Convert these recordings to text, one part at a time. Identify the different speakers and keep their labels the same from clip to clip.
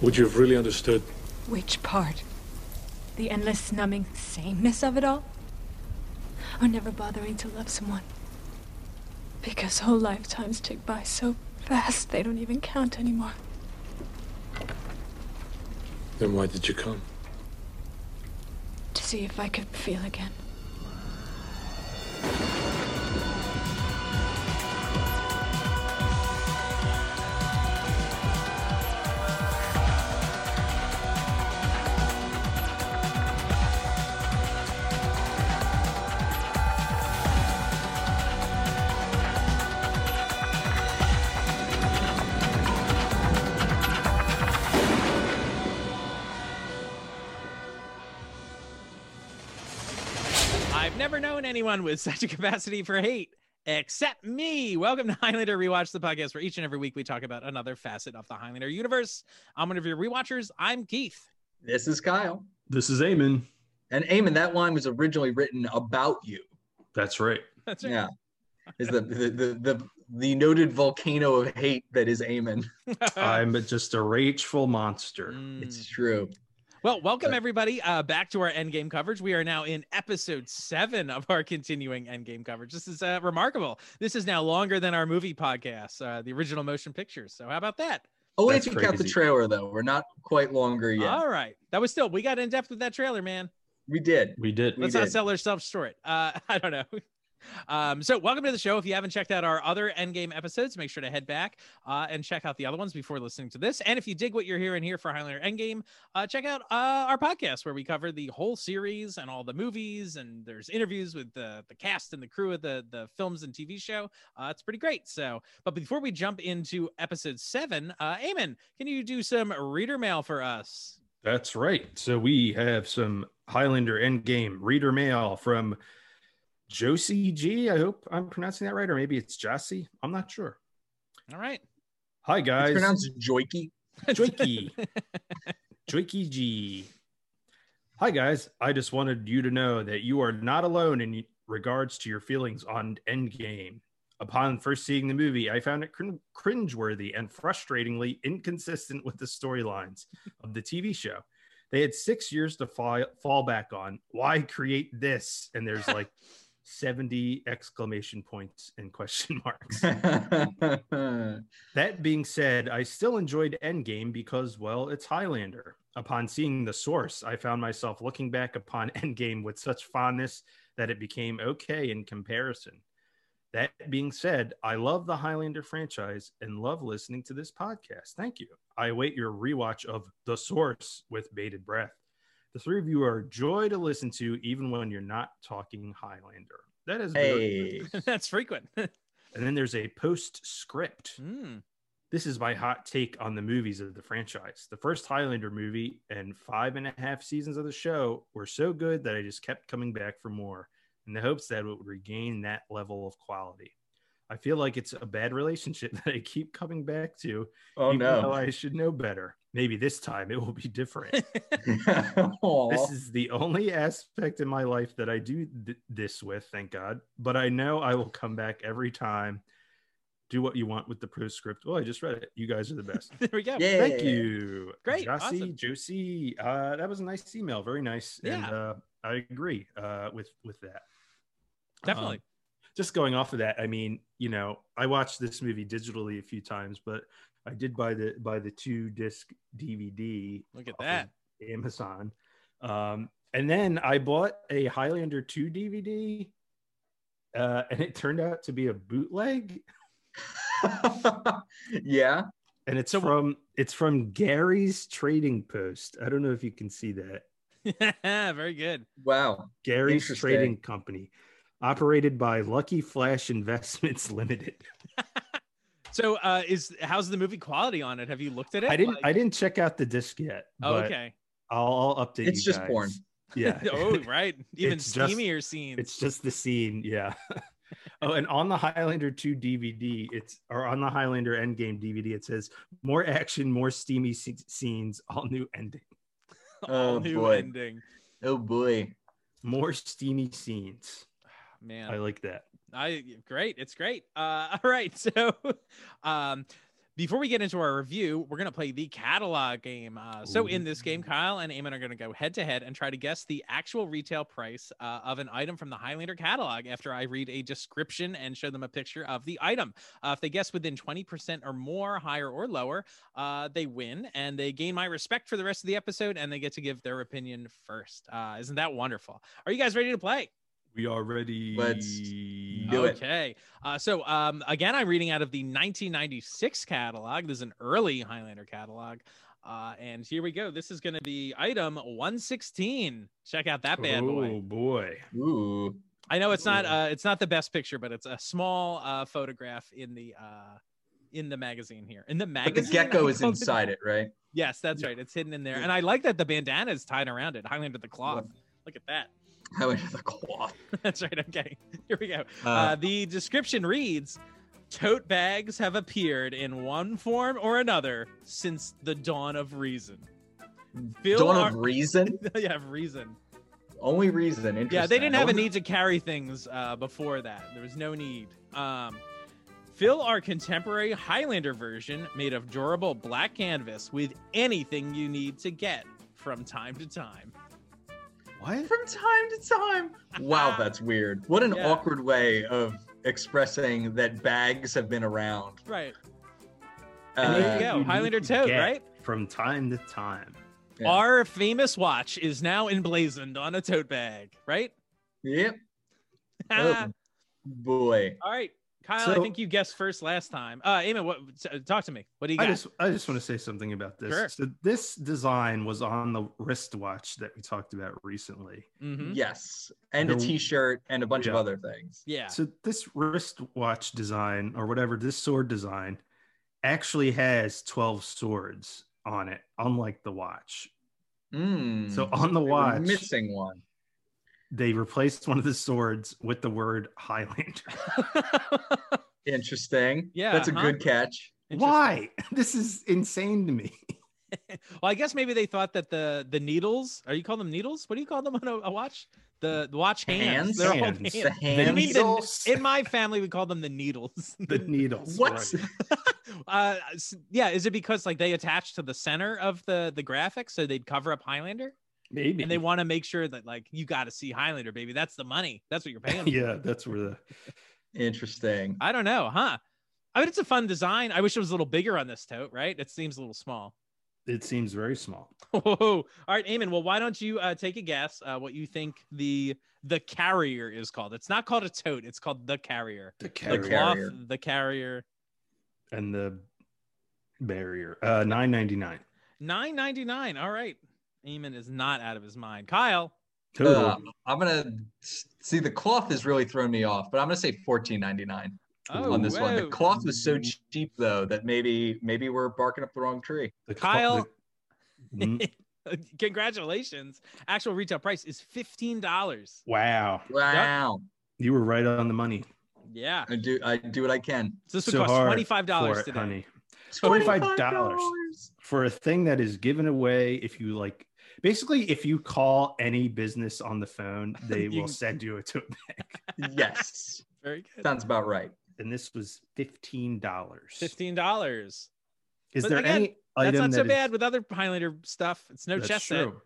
Speaker 1: would you have really understood?
Speaker 2: Which part? The endless numbing sameness of it all? Or never bothering to love someone? Because whole lifetimes tick by so fast they don't even count anymore.
Speaker 1: Then why did you come?
Speaker 2: To see if I could feel again.
Speaker 3: I've never known anyone with such a capacity for hate except me. Welcome to Highlander Rewatch, the podcast where each and every week we talk about another facet of the Highlander universe. I'm one of your rewatchers. I'm Keith.
Speaker 4: This is Kyle.
Speaker 5: This is Eamon.
Speaker 4: And Eamon, that line was originally written about you.
Speaker 5: That's right.
Speaker 3: That's right.
Speaker 4: Yeah. Is the the, the the the noted volcano of hate that is Eamon.
Speaker 5: I'm just a rageful monster.
Speaker 3: Mm.
Speaker 4: It's true.
Speaker 3: Well, welcome everybody uh, back to our Endgame coverage. We are now in episode seven of our continuing Endgame coverage. This is uh, remarkable. This is now longer than our movie podcast, uh, the original motion pictures. So how about that?
Speaker 4: Oh, wait,
Speaker 5: That's
Speaker 4: if you count the
Speaker 5: crazy.
Speaker 4: trailer though, we're not quite longer yet.
Speaker 3: All right, that was still we got in depth with that trailer, man.
Speaker 4: We did.
Speaker 5: We did.
Speaker 4: We
Speaker 3: Let's not
Speaker 4: did.
Speaker 3: sell ourselves short. Uh, I don't know. Um, so welcome to the show. If you haven't checked out our other Endgame episodes, make sure to head back uh, and check out the other ones before listening to this. And if you dig what you're hearing here for Highlander Endgame, uh, check out uh, our podcast where we cover the whole series and all the movies. And there's interviews with the the cast and the crew of the the films and TV show. Uh, it's pretty great. So, but before we jump into episode seven, uh, Eamon, can you do some reader mail for us?
Speaker 5: That's right. So we have some Highlander Endgame reader mail from Josie G. I hope I'm pronouncing that right, or maybe it's Jossie. I'm not sure.
Speaker 3: All right.
Speaker 5: Hi
Speaker 4: It's
Speaker 5: guys.
Speaker 4: pronounced joiky.
Speaker 5: Joikey. Joikey G. Hi, guys. I just wanted you to know that you are not alone in regards to your feelings on Endgame. Upon first seeing the movie, I found it crin- cringeworthy and frustratingly inconsistent with the storylines of the TV show. They had six years to fall, fall back on. Why create this? And there's like 70 exclamation points and question marks. That being said, I still enjoyed Endgame because, well, it's Highlander. Upon seeing the source, I found myself looking back upon Endgame with such fondness that it became okay in comparison. That being said, I love the Highlander franchise and love listening to this podcast. Thank you. I await your rewatch of The Source with bated breath. The three of you are a joy to listen to, even when you're not talking Highlander. That is very-
Speaker 4: hey.
Speaker 3: That's frequent.
Speaker 5: And then there's a postscript.
Speaker 3: Mm.
Speaker 5: This is my hot take on the movies of the franchise. The first Highlander movie and five and a half seasons of the show were so good that I just kept coming back for more in the hopes that it would regain that level of quality. I feel like it's a bad relationship that I keep coming back to.
Speaker 4: Oh
Speaker 5: even though
Speaker 4: no.
Speaker 5: I should know better. Maybe this time it will be different.
Speaker 4: Aw.
Speaker 5: This is the only aspect in my life that I do th- this with, thank God. But I know I will come back every time. Do what you want with the postscript. Oh, I just read it. You guys are the best.
Speaker 3: There we go.
Speaker 4: Yeah.
Speaker 5: Thank you.
Speaker 3: Great,
Speaker 5: Jossie,
Speaker 3: awesome.
Speaker 5: Josie. Uh, that was a nice email. Very nice. And
Speaker 3: Yeah.
Speaker 5: uh, I agree uh, with with that.
Speaker 3: Definitely.
Speaker 5: Um, just going off of that, I mean, you know, I watched this movie digitally a few times, but I did buy the buy the two disc DVD
Speaker 3: Look at
Speaker 5: off of
Speaker 3: that.
Speaker 5: Amazon. Um, and then I bought a Highlander 2 DVD. Uh, and it turned out to be a bootleg,
Speaker 4: yeah.
Speaker 5: and it's
Speaker 3: So-
Speaker 5: from it's from Gary's Trading Post. I don't know if you can see that.
Speaker 3: Very good.
Speaker 4: Wow.
Speaker 5: Gary's
Speaker 4: Interesting.
Speaker 5: Trading Company, operated by Lucky Flash Investments Limited.
Speaker 3: So, uh, is how's the movie quality on it? Have you looked at it?
Speaker 5: I didn't
Speaker 3: Like-
Speaker 5: I didn't check out the disc yet.
Speaker 3: oh,
Speaker 5: but
Speaker 3: okay.
Speaker 5: I'll, I'll update.
Speaker 4: It's
Speaker 5: you
Speaker 4: just porn.
Speaker 5: guys. Yeah.
Speaker 3: oh, right. Even
Speaker 5: It's just-
Speaker 3: steamier scenes.
Speaker 5: It's just the scene, yeah. oh, and on the Highlander 2 DVD, it's or on the Highlander Endgame DVD, it says more action, more steamy se- scenes, all new ending,
Speaker 3: all
Speaker 4: Oh,
Speaker 3: new
Speaker 4: boy.
Speaker 3: ending.
Speaker 4: Oh boy.
Speaker 5: more steamy scenes.
Speaker 3: Man.
Speaker 5: I like that.
Speaker 3: I great. It's great. Uh, all right. So, um, Before we get into our review, we're going to play the catalog game. Uh, so, in this game, Kyle and Eamon are going to go head to head and try to guess the actual retail price uh, of an item from the Highlander catalog after I read a description and show them a picture of the item. Uh, if they guess within 20% or more, higher or lower, uh, they win and they gain my respect for the rest of the episode and they get to give their opinion first. Uh, isn't that wonderful? Are you guys ready to play?
Speaker 5: We Oh, are ready.
Speaker 4: Let's do
Speaker 3: okay.
Speaker 4: it.
Speaker 3: Uh, so um, again, I'm reading out of the 1996 catalog. This is an early Highlander catalog. Uh, and here we go. This is going to be item 116. Check out that bad boy.
Speaker 5: Oh boy.
Speaker 4: Ooh.
Speaker 3: I know it's not
Speaker 4: Ooh.
Speaker 3: uh, it's not the best picture, but it's a small uh, photograph in the uh, in the magazine here. In the
Speaker 4: But the
Speaker 3: magazine,
Speaker 4: gecko
Speaker 3: I
Speaker 4: is
Speaker 3: called
Speaker 4: inside it, right?
Speaker 3: Yes, that's
Speaker 5: Yeah.
Speaker 3: right. It's hidden in there, and I like that the bandana is tied around it. Highlander the cloth. Look at that.
Speaker 4: How much is the cloth?
Speaker 3: That's right. Okay, here we go.
Speaker 4: Uh,
Speaker 3: Uh, the description reads Tote bags have appeared in one form or another since the dawn of reason. Bill
Speaker 4: Dawn
Speaker 3: Ar-
Speaker 4: of Reason?
Speaker 3: yeah, of reason.
Speaker 4: Only Reason. Interesting.
Speaker 3: Yeah, they didn't
Speaker 4: I
Speaker 3: have a
Speaker 4: wonder-
Speaker 3: need to carry things uh, before that. There was no need. Um, fill our contemporary Highlander version made of durable black canvas with anything you need to get from time to time.
Speaker 5: What?
Speaker 4: From time to time. Wow, that's weird. What an
Speaker 3: Ah. Yeah.
Speaker 4: awkward way of expressing that bags have been around.
Speaker 3: Right.
Speaker 5: And
Speaker 3: there
Speaker 4: Uh,
Speaker 3: you go.
Speaker 5: need
Speaker 3: Highlander
Speaker 5: to
Speaker 3: tote,
Speaker 5: get
Speaker 3: right?
Speaker 5: From time to time.
Speaker 4: Yeah.
Speaker 3: Our famous watch is now emblazoned on a tote bag, right?
Speaker 4: Uh, Yep.
Speaker 3: Ah.
Speaker 4: Oh, boy.
Speaker 3: All right, Kyle. I
Speaker 5: So-
Speaker 3: think you guessed first last time. Uh, Eamon, what? s- Talk to me. What do you
Speaker 5: I
Speaker 3: got?
Speaker 5: just I just want to say something about this.
Speaker 3: Sure.
Speaker 5: So this design was on the wristwatch that we talked about recently.
Speaker 3: Mhm.
Speaker 4: Yes. And a
Speaker 5: The-
Speaker 4: t shirt and a bunch of
Speaker 5: Yeah.
Speaker 4: other things.
Speaker 3: Yeah.
Speaker 5: So this wristwatch design or whatever this sword design actually has 12 swords on it unlike the watch.
Speaker 4: Mm.
Speaker 5: So on the
Speaker 4: They were
Speaker 5: watch
Speaker 4: Missing one.
Speaker 5: they replaced one of the swords with the word Highlander.
Speaker 4: Interesting.
Speaker 3: Yeah,
Speaker 4: That's a
Speaker 3: huh?
Speaker 4: good catch.
Speaker 5: Why? This is insane to me.
Speaker 3: Interesting. Well, I guess maybe they thought that the the needles. Are you call them needles? What do you call them on a, a watch? The, the watch hands.
Speaker 4: Hands?
Speaker 3: They're all
Speaker 5: Hands.
Speaker 3: hands.
Speaker 4: The
Speaker 3: You mean
Speaker 4: hands.
Speaker 3: the-
Speaker 5: Needles?
Speaker 3: in my family, we call them the needles.
Speaker 5: The needles.
Speaker 4: What?
Speaker 5: right.
Speaker 3: Uh, s- yeah. Is it because like they attach to the center of the the graphics so they'd cover up Highlander
Speaker 5: Maybe.
Speaker 3: and they want to make sure that like you got to see Highlander, baby. That's the money. That's what you're paying. for.
Speaker 5: yeah, that's where the
Speaker 4: Interesting.
Speaker 3: I don't know, huh? I mean, it's a fun design. I wish it was a little bigger on this tote, right? It seems a little small.
Speaker 5: it seems very small.
Speaker 3: Whoa. All right, Eamon. Well, why don't you uh, take a guess uh, what you think the the carrier is called? It's not called a tote. It's called the carrier.
Speaker 5: The
Speaker 3: The
Speaker 4: carrier.
Speaker 3: cloth, the carrier.
Speaker 5: and the barrier. Uh 999.
Speaker 3: Nine ninety nine. All right. Eamon is not out of his mind. Kyle.
Speaker 5: Total.
Speaker 4: Uh, I'm gonna see the cloth has really thrown me off, but I'm gonna say 14.99
Speaker 3: Oh,
Speaker 4: on this one. The
Speaker 3: whoa.
Speaker 4: cloth was so cheap though that maybe maybe we're barking up the wrong tree.
Speaker 5: The cl-
Speaker 3: Kyle-
Speaker 5: the- Mm,
Speaker 3: Congratulations. Actual retail price is fifteen dollars.
Speaker 5: wow.
Speaker 4: Wow,
Speaker 5: You were right on the money.
Speaker 3: Yeah.
Speaker 4: I do I do what I can.
Speaker 3: So this would
Speaker 5: So
Speaker 3: cost
Speaker 5: hard
Speaker 3: twenty five
Speaker 5: For
Speaker 3: dollars
Speaker 5: it,
Speaker 3: today.
Speaker 5: honey.
Speaker 4: $25.
Speaker 5: $25. For a thing that is given away if you like basically if you call any business on the phone, they
Speaker 3: You-
Speaker 5: will send you a tote.
Speaker 4: yes,
Speaker 3: Very good.
Speaker 4: sounds about right.
Speaker 5: And this was $15.
Speaker 3: Fifteen dollars.
Speaker 5: Is
Speaker 3: But
Speaker 5: there
Speaker 3: again,
Speaker 5: any
Speaker 3: That's
Speaker 5: item
Speaker 3: not so
Speaker 5: that is-
Speaker 3: bad with other Highlander stuff. It's no
Speaker 5: That's
Speaker 3: chess set.
Speaker 5: true.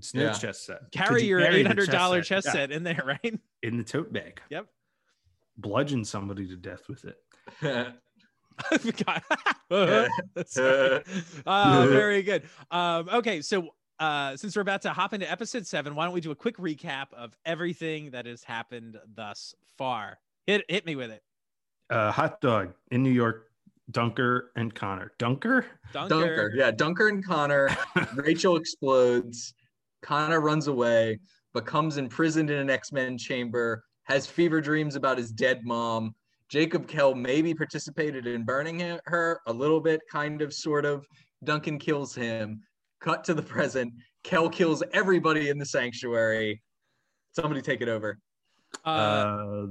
Speaker 5: It's no
Speaker 4: Yeah.
Speaker 5: chess set. Could
Speaker 3: Carry
Speaker 5: you
Speaker 3: your
Speaker 5: carry
Speaker 3: eight
Speaker 5: the
Speaker 3: hundred dollar chess
Speaker 5: Yeah,
Speaker 3: set in there, right?
Speaker 5: in the tote bag.
Speaker 3: Yep.
Speaker 5: Bludgeon somebody to death with it.
Speaker 3: I forgot. Sorry. Uh, very good. Um, okay, so uh, since we're about to hop into episode seven, why don't we do a quick recap of everything that has happened thus far? Hit hit me with it,
Speaker 5: Uh, hot dog in New York. Dunker and Connor. Dunker.
Speaker 3: Dunker.
Speaker 4: Dunker, yeah, Dunker and Connor. Rachel explodes. Connor runs away, becomes imprisoned in an X Men chamber, has fever dreams about his dead mom. Jacob Kell maybe participated in burning he- her a little bit, kind of, sort of. Duncan kills him. Cut to the present. Kell kills everybody in the sanctuary. Somebody take it over.
Speaker 3: Uh,
Speaker 5: Uh,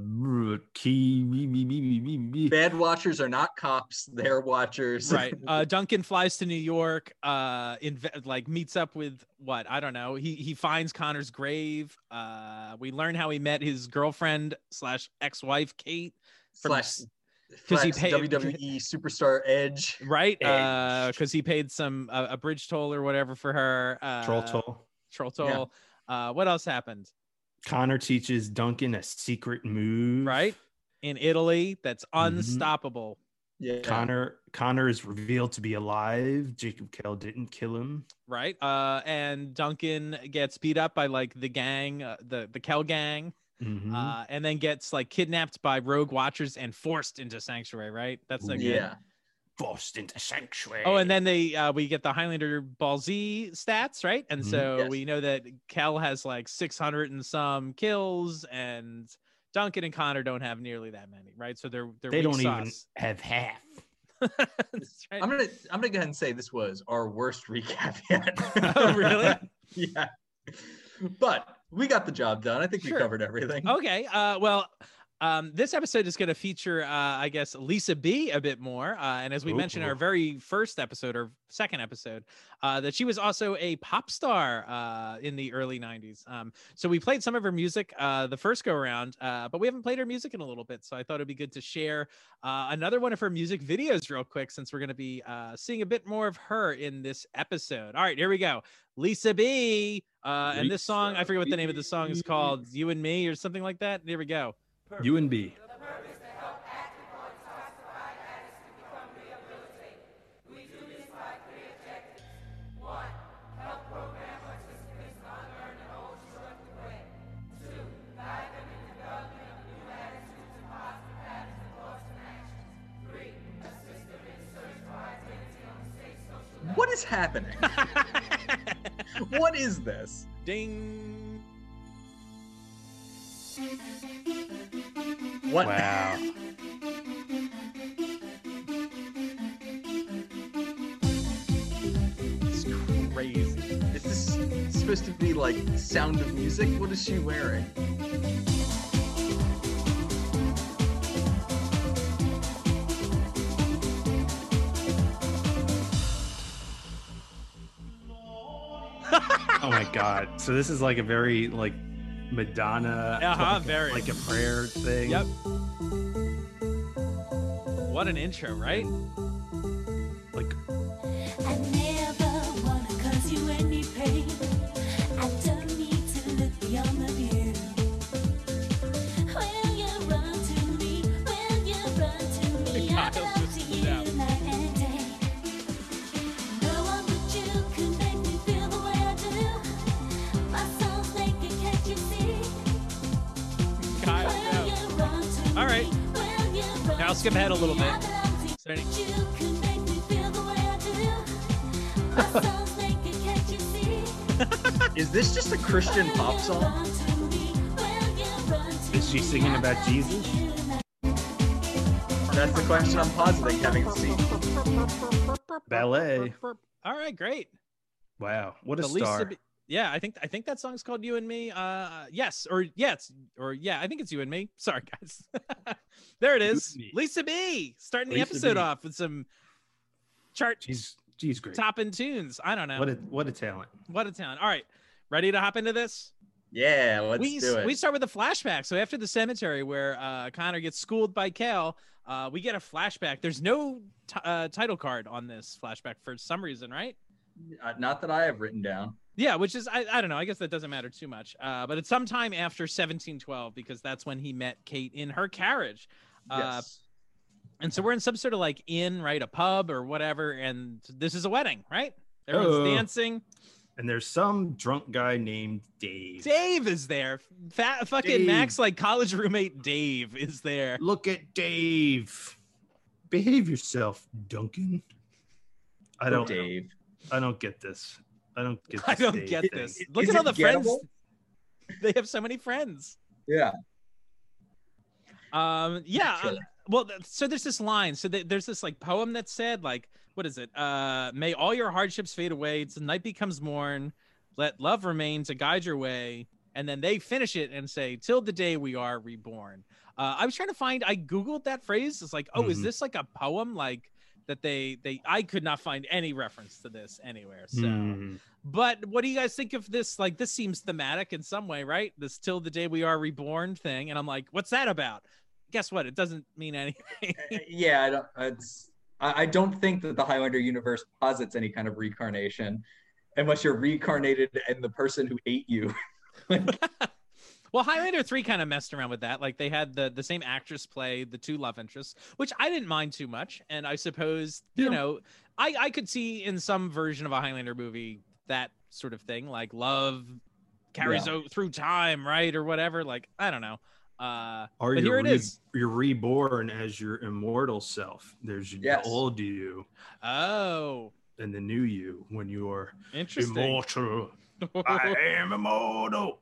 Speaker 5: key. wee, wee, wee, wee, wee, wee.
Speaker 4: Bad watchers are not cops, they're watchers.
Speaker 3: right. Uh, Duncan flies to New York. Uh, inve- like meets up with what I don't know. He he finds Connor's grave. Uh, we learn how he met his girlfriend slash ex wife Kate. from
Speaker 4: Slash
Speaker 3: 'Cause he
Speaker 4: flex
Speaker 3: paid-
Speaker 4: WWE superstar Edge.
Speaker 3: right?
Speaker 5: Edge.
Speaker 3: Because he paid some uh, a bridge toll or whatever for her. Uh,
Speaker 5: Troll Toll.
Speaker 3: Troll toll. Uh, what else happened?
Speaker 5: Connor teaches Duncan a secret move.
Speaker 3: Right in Italy? That's
Speaker 5: Mhm.
Speaker 3: unstoppable.
Speaker 4: Yeah.
Speaker 5: Connor Connor is revealed to be alive. Jacob Kell didn't kill him.
Speaker 3: Right, uh, and Duncan gets beat up by like the gang, uh, the the Kel gang,
Speaker 5: Mhm.
Speaker 3: uh, and then gets like kidnapped by rogue watchers and forced into sanctuary. Right, that's not good.
Speaker 4: Yeah.
Speaker 5: Forced into sanctuary.
Speaker 3: Oh, and then they uh, we get the Highlander Ball Z stats, right? And
Speaker 5: Mhm.
Speaker 3: so
Speaker 4: Yes.
Speaker 3: we know that Cal has like 600 and some kills, and Duncan and Connor don't have nearly that many, right? So they're they're
Speaker 5: they
Speaker 3: weak
Speaker 5: don't even
Speaker 3: sauce.
Speaker 5: have half.
Speaker 3: That's right.
Speaker 4: I'm gonna I'm gonna go ahead and say this was our worst recap yet.
Speaker 3: oh, really?
Speaker 4: yeah. But we got the job done. I think
Speaker 3: Sure.
Speaker 4: we covered everything.
Speaker 3: Okay. Uh, well, um, this episode is going to feature, uh, I guess, Lisa B a bit more. Uh, and as we
Speaker 5: Ooh.
Speaker 3: mentioned, in our very first episode or second episode, uh, that she was also a pop star uh, in the early 90s. Um, so we played some of her music uh, the first go around, uh, but we haven't played her music in a little bit. So I thought it'd be good to share uh, another one of her music videos real quick since we're going to be uh, seeing a bit more of her in this episode. All right, here we go. Lisa B. Uh, and this song, I
Speaker 5: Lisa
Speaker 3: forget what the name of the song is
Speaker 5: B.
Speaker 3: called, You and Me or something like that. Here we go.
Speaker 5: You and B.
Speaker 4: What is happening? what is this?
Speaker 3: Ding.
Speaker 4: What
Speaker 5: Wow.
Speaker 3: It's crazy.
Speaker 4: is this supposed to be like sound of music? What is she wearing?
Speaker 5: oh my god. So this is like a very like Madonna
Speaker 3: Uh-huh,
Speaker 5: like,
Speaker 3: very.
Speaker 5: like a prayer thing.
Speaker 3: Yep. What an intro, right?
Speaker 5: Like
Speaker 6: I never wanna cause you any pain. I don't need to look beyond the view. Will you run to me? Will you run to me? I
Speaker 3: Kyle's
Speaker 6: belong
Speaker 3: just
Speaker 6: to you
Speaker 3: down.
Speaker 6: night and day. No one but you could make me feel the way I do. My soul's naked, can't you see?
Speaker 3: Kyle,
Speaker 6: Will
Speaker 3: no.
Speaker 6: you run to me?
Speaker 3: All right.
Speaker 6: Will you run
Speaker 3: Now I'll skip ahead a little bit.
Speaker 6: I belong to you.
Speaker 3: Is there any-
Speaker 6: You can make me feel the way I do. My soul's naked, can't you see?
Speaker 4: Is this just a Christian pop song?
Speaker 5: Is she singing about Jesus?
Speaker 4: That's the question I'm positing, having seen.
Speaker 5: ballet.
Speaker 3: All right, great.
Speaker 5: Wow. What a
Speaker 3: The Lisa
Speaker 5: star.
Speaker 3: B- yeah, I think I think that song's called "You and Me." Uh, yes, or yes, or yeah, I think it's "You and Me." Sorry, guys. there it
Speaker 5: You
Speaker 3: is.
Speaker 5: and Me.
Speaker 3: Lisa B. Starting the
Speaker 5: Lisa
Speaker 3: episode
Speaker 5: B.
Speaker 3: off with some chart
Speaker 5: She's she's great.
Speaker 3: topping tunes. I don't know
Speaker 5: What a what a talent.
Speaker 3: what a town. All right, ready to hop into this?
Speaker 4: Yeah, let's
Speaker 3: we,
Speaker 4: do it.
Speaker 3: we start with a flashback. So after the cemetery where uh, Connor gets schooled by Cal, uh, we get a flashback. There's no t- uh, title card on this flashback for some reason, right?
Speaker 4: Uh, not that I have written down.
Speaker 3: Yeah, which is I, I don't know. I guess that doesn't matter too much. Uh, but it's sometime after 1712 because that's when he met Kate in her carriage. Uh,
Speaker 4: Yes.
Speaker 3: and so we're in some sort of like inn, right? A pub or whatever. And this is a wedding, right? Everyone's
Speaker 5: Oh.
Speaker 3: dancing.
Speaker 5: And there's some drunk guy named Dave.
Speaker 3: Dave is there. Fat fucking
Speaker 5: Dave.
Speaker 3: Max, like college roommate Dave, is there.
Speaker 5: Look at Dave. Behave yourself, Duncan. I
Speaker 4: Oh,
Speaker 5: don't
Speaker 4: Dave.
Speaker 5: I don't get this. I don't get this.
Speaker 3: I don't
Speaker 5: Dave
Speaker 3: get
Speaker 5: thing.
Speaker 3: this. Look
Speaker 4: Is
Speaker 3: at all
Speaker 4: it
Speaker 3: the friends.
Speaker 4: gettable?
Speaker 3: They have so many friends.
Speaker 4: Yeah.
Speaker 3: Um, yeah.
Speaker 4: Sure.
Speaker 3: uh, Well, th- so there's this line. So th- there's this like poem that said like, what is it? Uh, may all your hardships fade away. Till night becomes morn. Let love remain to guide your way. And then they finish it and say, till the day we are reborn. Uh, I was trying to find. I googled that phrase. It's like, oh, is
Speaker 5: Mhm.
Speaker 4: Mm-hmm.
Speaker 3: this like a poem? Like that they they I could not find any reference to this anywhere. So.
Speaker 5: Hmm.
Speaker 3: But what do you guys think of this? Like, this seems thematic in some way, right? This till the day we are reborn thing. And I'm like, what's that about? guess what? It doesn't mean anything.
Speaker 4: yeah, I don't. It's, I I don't think that the Highlander universe posits any kind of reincarnation, unless you're reincarnated and the person who ate you.
Speaker 3: well, Highlander three kind of messed around with that. Like they had the the same actress play the two love interests, which I didn't mind too much. And I suppose you
Speaker 5: Yeah.
Speaker 3: know, I I could see in some version of a Highlander movie that sort of thing, like love carries o- through time, right, or whatever. Like I don't know. Uh,
Speaker 5: Or
Speaker 3: but
Speaker 5: you're
Speaker 3: here it
Speaker 5: re-
Speaker 3: is.
Speaker 5: You're reborn as your immortal self. There's
Speaker 4: Yes.
Speaker 5: the old you
Speaker 3: Oh,
Speaker 5: and the new you when you are
Speaker 3: interesting. Oh.
Speaker 5: immortal. I am immortal.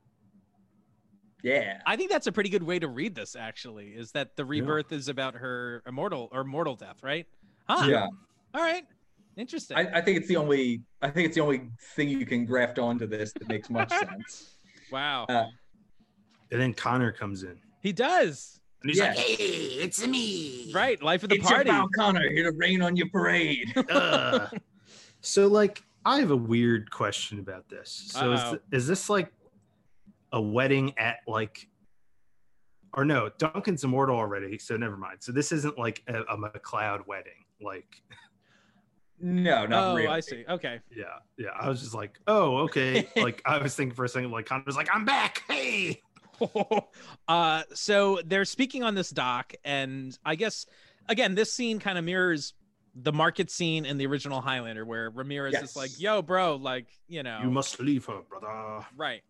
Speaker 4: Yeah.
Speaker 3: I think that's a pretty good way to read this. Actually, is that the rebirth is about her immortal or mortal death, right? Huh.
Speaker 4: Yeah.
Speaker 3: All right. Interesting.
Speaker 4: I, I think it's the only. I think it's the only thing you can graft onto this that makes much sense.
Speaker 3: wow.
Speaker 4: Uh,
Speaker 5: And then Connor comes in.
Speaker 3: he does.
Speaker 5: And he's
Speaker 4: Yeah.
Speaker 5: like,
Speaker 7: Hey, it's me.
Speaker 3: Right. Life of the
Speaker 4: It's your
Speaker 3: party.
Speaker 4: pal Connor here to rain on your parade.
Speaker 3: Uh.
Speaker 5: "Ugh." so like I have a weird question about this. So is,
Speaker 3: Uh-oh.
Speaker 5: is this like a wedding at like or no, Duncan's immortal already, so never mind. So this isn't like a, a McLeod wedding. Like
Speaker 4: no, not
Speaker 3: oh,
Speaker 4: really.
Speaker 3: I see. Okay.
Speaker 5: yeah, yeah. I was just like, oh, okay. like I was thinking for a second, like Connor's like, I'm back. Hey.
Speaker 3: uh, so they're speaking on this dock, and I guess again, this scene kind of mirrors the market scene in the original Highlander, where Ramirez is
Speaker 4: Yes.
Speaker 3: like, "Yo, bro, like, you know,
Speaker 5: You must leave her, brother.
Speaker 3: right."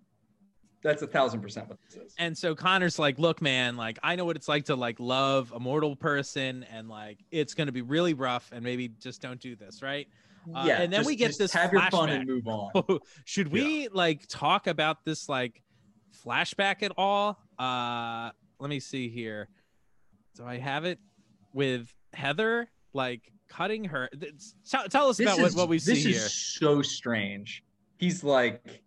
Speaker 4: That's a thousand percent what this is.
Speaker 3: And so Connor's like, "Look, man, like, I know what it's like to like love a mortal person, and like, it's gonna be really rough, and maybe just don't do this, right?" uh,
Speaker 4: yeah,
Speaker 3: and then
Speaker 4: just-
Speaker 3: we get
Speaker 4: just
Speaker 3: this
Speaker 4: Have your fun and
Speaker 3: flashback.
Speaker 4: move on.
Speaker 3: should we like talk about this like flashback at all uh let me see here do i have it with heather like cutting her th- tell, tell us about what, what we see
Speaker 4: this
Speaker 3: here
Speaker 4: is so strange. He's like,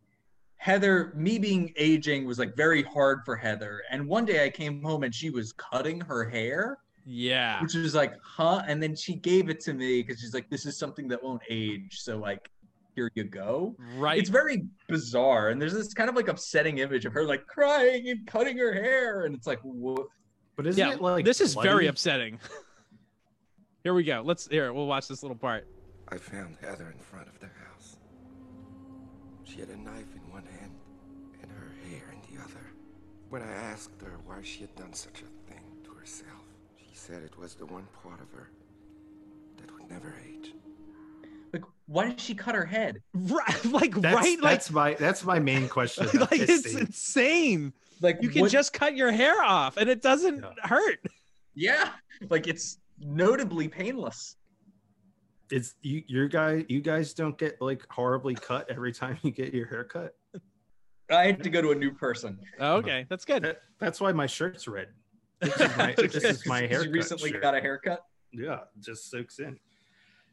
Speaker 4: Heather, me being aging was like very hard for Heather. And one day I came home and she was cutting her hair,
Speaker 3: yeah
Speaker 4: which was like, huh? And then she gave it to me because she's like, this is something that won't age. So, like, here you go.
Speaker 3: right
Speaker 4: It's very bizarre. And there's this kind of like upsetting image of her like crying and cutting her hair. And it's like, wha-
Speaker 5: But isn't
Speaker 3: yeah
Speaker 5: it like
Speaker 3: this is very
Speaker 5: bloody?
Speaker 3: upsetting here we go let's here we'll watch this little part
Speaker 8: I found Heather in front of the house. She had a knife in one hand and her hair in the other. When I asked her why she had done such a thing to herself, she said it was the one part of her that would never age.
Speaker 4: like, why did she cut her head?
Speaker 3: right like
Speaker 5: That's,
Speaker 3: right like
Speaker 5: that's my that's my main question. about
Speaker 3: like
Speaker 5: this
Speaker 3: it's
Speaker 5: scene.
Speaker 3: insane
Speaker 4: Like,
Speaker 3: you can
Speaker 4: what-
Speaker 3: just cut your hair off and it doesn't
Speaker 5: Yeah.
Speaker 3: hurt
Speaker 4: yeah, like it's notably painless.
Speaker 5: it's you your guy you guys don't get like horribly cut every time you get your hair cut
Speaker 4: I had to go to a new person.
Speaker 5: Uh-huh.
Speaker 3: okay that's good
Speaker 5: that, that's why my shirt's red this is my, this is my
Speaker 4: 'Cause
Speaker 5: haircut
Speaker 4: You recently
Speaker 5: shirt.
Speaker 4: got a haircut.
Speaker 5: yeah it just soaks in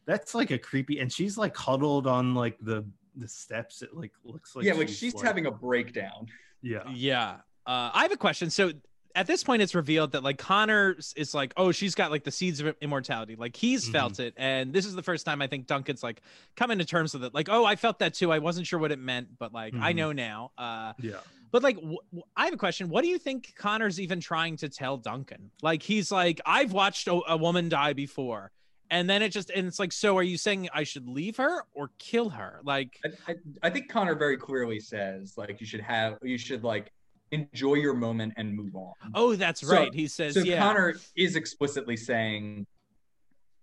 Speaker 5: that's like a creepy and she's like huddled on like the the steps it like looks like
Speaker 4: yeah, like she's
Speaker 5: like-
Speaker 4: having a breakdown.
Speaker 5: yeah
Speaker 3: Yeah. Uh, I have a question. So at this point, it's revealed that like Connor s- is like, oh, she's got like the seeds of immortality. Like he's
Speaker 5: Mm-hmm.
Speaker 3: felt it. And this is the first time I think Duncan's like coming to terms with it. Like, oh, I felt that too. I wasn't sure what it meant, but like I
Speaker 5: Mhm.
Speaker 3: know now. Uh,
Speaker 5: yeah
Speaker 3: but like, w- w- I have a question. What do you think Connor's even trying to tell Duncan? Like he's like, I've watched a, a woman die before. And then it just, and it's like, so are you saying I should leave her or kill her? Like,
Speaker 4: I, I, I think Connor very clearly says like you should have you should like enjoy your moment and move on.
Speaker 3: oh, that's
Speaker 4: So-
Speaker 3: right. He says,
Speaker 4: so
Speaker 3: yeah.
Speaker 4: Connor is explicitly saying,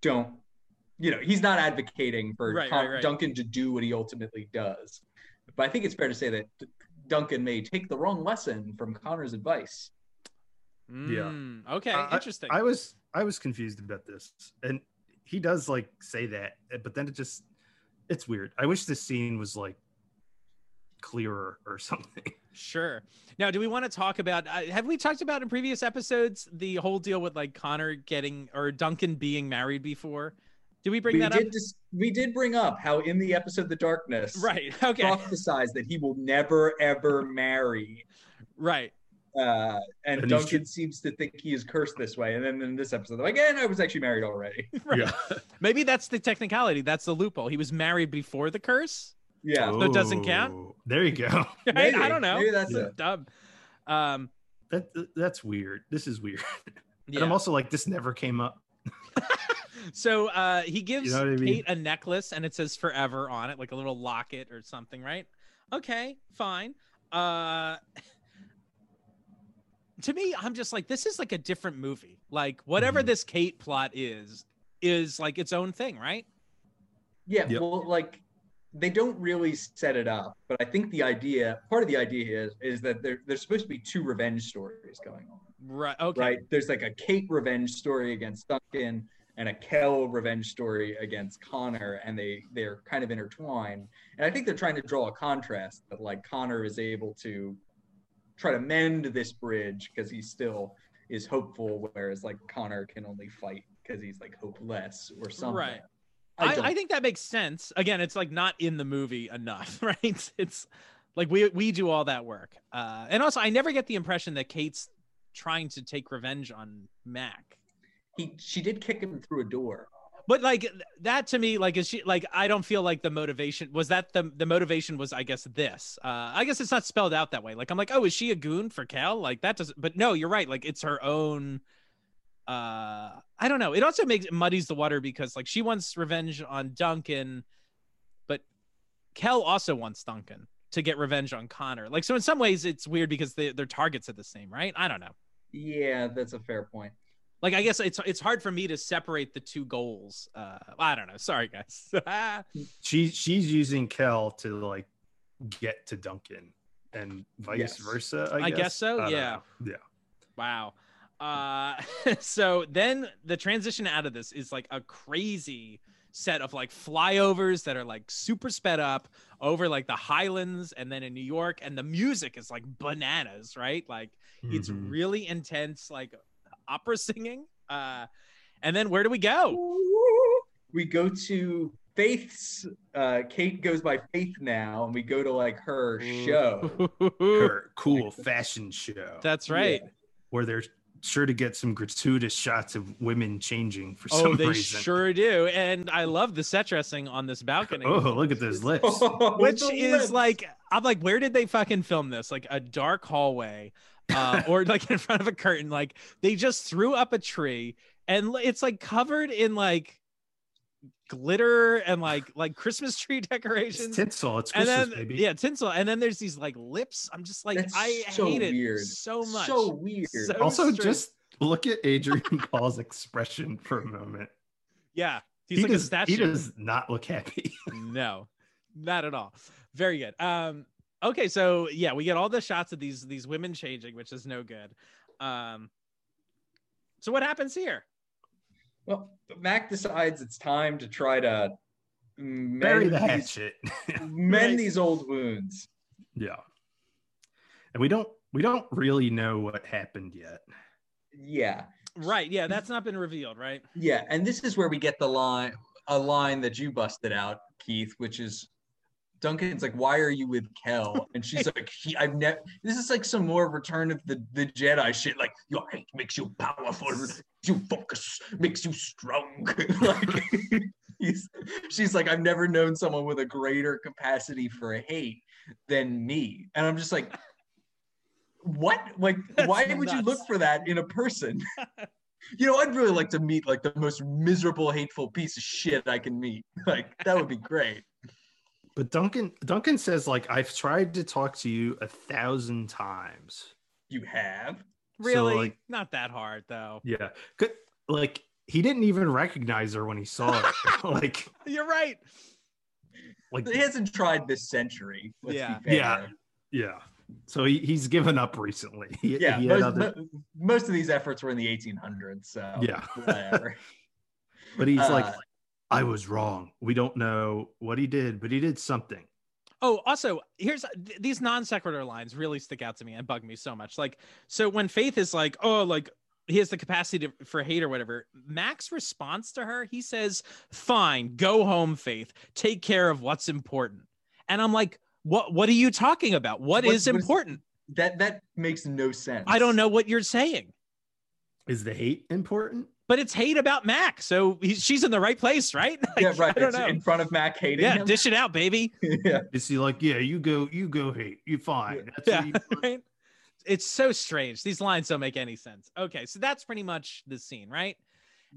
Speaker 4: don't. You know, he's not advocating for
Speaker 3: Right,
Speaker 4: Con-
Speaker 3: right, right.
Speaker 4: Duncan to do what he ultimately does. But I think it's fair to say that D- Duncan may take the wrong lesson from Connor's advice.
Speaker 3: Mm, Okay.
Speaker 5: I-
Speaker 3: interesting.
Speaker 5: i was i was confused about this and he does like say that but then it just it's weird i wish this scene was like clearer or something
Speaker 3: Sure. Now, do we want to talk about? Uh, have we talked about in previous episodes the whole deal with like Connor getting or Duncan being married before? Did we bring
Speaker 4: we
Speaker 3: that
Speaker 4: did
Speaker 3: up?
Speaker 4: dis- we did bring up how in the episode The Darkness,
Speaker 3: Right. Okay.
Speaker 4: prophesies that he will never ever marry.
Speaker 3: Right.
Speaker 4: Uh, and,
Speaker 5: And he's
Speaker 4: Duncan seems to think he is cursed this way. And then in this episode, they're like, and I was actually married already.
Speaker 3: Right.
Speaker 5: yeah
Speaker 3: Maybe that's the technicality. That's the loophole. He was married before the curse.
Speaker 4: Yeah.
Speaker 3: So it doesn't count?
Speaker 5: Oh, There you go.
Speaker 3: Right?
Speaker 4: Maybe.
Speaker 3: I don't know.
Speaker 4: Maybe that's
Speaker 5: Yeah.
Speaker 4: it.
Speaker 3: Dumb. Um,
Speaker 5: That that's weird. This is weird. And I'm also like, this never came up.
Speaker 3: So uh, he gives
Speaker 5: know what I mean?
Speaker 3: Kate a necklace and it says forever on it, like a little locket or something, right? Okay, fine. Uh, to me, I'm just like, this is like a different movie. Like, whatever
Speaker 5: Mhm.
Speaker 3: this Kate plot is, is like its own thing, right?
Speaker 4: Yeah,
Speaker 5: Yep.
Speaker 4: well, like they don't really set it up, but I think the idea, part of the idea is, is that there, there's supposed to be two revenge stories going on,
Speaker 3: Right. Okay.
Speaker 4: right? There's like a Kate revenge story against Duncan and a Kel revenge story against Connor, and they they're kind of intertwined. And I think they're trying to draw a contrast that like Connor is able to try to mend this bridge because he still is hopeful, whereas like Connor can only fight because he's like hopeless or something.
Speaker 3: Right.
Speaker 4: I,
Speaker 3: I,
Speaker 4: don't
Speaker 3: I think that makes sense. Again, it's like not in the movie enough, right? It's like we we do all that work, uh, and also I never get the impression that Kate's trying to take revenge on Mac.
Speaker 4: he she did kick him through a door.
Speaker 3: But like th- that to me, like is she like I don't feel like the motivation was that the the motivation was I guess this. Uh, I guess it's not spelled out that way. Like I'm like, oh, is she a goon for Cal? Like that doesn't. But no, you're right. Like it's her own. Uh, I don't know. It also makes it muddies the water because like she wants revenge on Duncan, but Cal also wants Duncan to get revenge on Connor. Like so, in some ways, it's weird because they, their targets are the same, right? I don't know.
Speaker 4: Yeah, that's a fair point.
Speaker 3: like i guess it's it's hard for me to separate the two goals uh i don't know sorry guys
Speaker 5: She she's using Kel to like get to Duncan and vice
Speaker 4: Yes.
Speaker 5: versa.
Speaker 3: I
Speaker 5: I guess,
Speaker 3: guess so,
Speaker 5: don't
Speaker 3: yeah.
Speaker 5: know. Yeah.
Speaker 3: wow uh so then the transition out of this is like a crazy set of like flyovers that are like super sped up over like the highlands and then in new york and the music is like bananas right like it's
Speaker 5: Mhm.
Speaker 3: really intense like opera singing uh and then where do we go
Speaker 4: We go to Faith's. Uh, Kate goes by Faith now, and we go to like her show.
Speaker 5: her cool fashion show
Speaker 3: that's right
Speaker 5: where they're sure to get some gratuitous shots of women changing for
Speaker 3: Oh,
Speaker 5: some
Speaker 3: they
Speaker 5: reason.
Speaker 3: sure do. And I love the set dressing on this balcony.
Speaker 5: oh, look at those lips.
Speaker 3: Which is like, I'm like, where did they fucking film this? Like a dark hallway, uh, or like in front of a curtain. Like they just threw up a tree, and l- it's like covered in like glitter and like like Christmas tree
Speaker 5: It's
Speaker 3: decorations.
Speaker 5: tinsel. It's
Speaker 3: and
Speaker 5: Christmas,
Speaker 3: then
Speaker 5: baby.
Speaker 3: yeah, tinsel. And then there's these like lips. I'm just like,
Speaker 4: That's
Speaker 3: I
Speaker 4: so
Speaker 3: hate it
Speaker 4: weird.
Speaker 3: so much.
Speaker 4: so weird.
Speaker 3: So
Speaker 5: Also,
Speaker 3: strange.
Speaker 5: just look at Adrian Paul's expression for a moment.
Speaker 3: yeah, he's
Speaker 5: he
Speaker 3: like
Speaker 5: does,
Speaker 3: a statue.
Speaker 5: He does not look happy.
Speaker 3: no, not at all. Very good. Um, okay, so yeah, we get all the shots of these these women changing, which is no good. Um, so what happens here?
Speaker 4: well, Mac decides it's time to try to mend
Speaker 5: Bury the
Speaker 4: these,
Speaker 5: hatchet.
Speaker 4: mend
Speaker 3: Right.
Speaker 4: these old wounds.
Speaker 5: yeah. And we don't we don't really know what happened yet.
Speaker 4: Yeah,
Speaker 3: Right? Yeah, that's not been revealed, right?
Speaker 4: yeah, and this is where we get the line, a line that you busted out, Keith, which is. Duncan's like, why are you with Kel? And she's like, he, I've never. This is like some more Return of the, the Jedi shit. Like, your hate makes you powerful, makes you focus, makes you strong. like, he's, she's like, I've never known someone with a greater capacity for hate than me. And I'm just like, what? Like,
Speaker 3: That's
Speaker 4: why would you look
Speaker 3: nuts.
Speaker 4: for that in a person? you know, I'd really like to meet like the most miserable, hateful piece of shit I can meet. Like, that would be great.
Speaker 5: But Duncan Duncan says like I've tried to talk to you a thousand times.
Speaker 4: You have.
Speaker 3: Really?
Speaker 5: like-
Speaker 3: not that hard though.
Speaker 5: Yeah. Good. Like he didn't even recognize her when he saw her. like
Speaker 3: You're right.
Speaker 5: like
Speaker 4: He hasn't tried this century. Let's
Speaker 3: Yeah.
Speaker 4: Be fair.
Speaker 5: Yeah. yeah. So he, he's given up recently. He,
Speaker 4: Yeah,
Speaker 5: he had
Speaker 4: most,
Speaker 5: other-
Speaker 4: mo- most of these efforts were in the 1800s, so
Speaker 5: yeah.
Speaker 4: whatever.
Speaker 5: But he's like,
Speaker 4: Uh,
Speaker 5: I was wrong. We don't know what he did, but he did something.
Speaker 3: Oh, also, here's th- these non sequitur lines really stick out to me and bug me so much. Like, so when Faith is like, "Oh, like he has the capacity to, for hate or whatever," Max responds to her. He says, "Fine, go home, Faith. Take care of what's important." And I'm like, "What? What are you talking about? what
Speaker 4: What-
Speaker 3: is
Speaker 4: what is-
Speaker 3: important?
Speaker 4: that that makes no sense.
Speaker 3: I don't know what you're saying."
Speaker 5: Is the hate important?
Speaker 3: But it's hate about Max, so he, she's in the right place, right? Like,
Speaker 4: yeah, right.
Speaker 3: I don't
Speaker 4: it's
Speaker 3: know.
Speaker 4: in front of Mac hating
Speaker 3: Yeah,
Speaker 4: him.
Speaker 3: dish it out, baby.
Speaker 4: yeah.
Speaker 5: Is he like, yeah, you go, you go hate, you fine. That's
Speaker 3: Yeah,
Speaker 5: what you want."
Speaker 3: right? it's so strange. These lines don't make any sense. Okay, so that's pretty much the scene, right?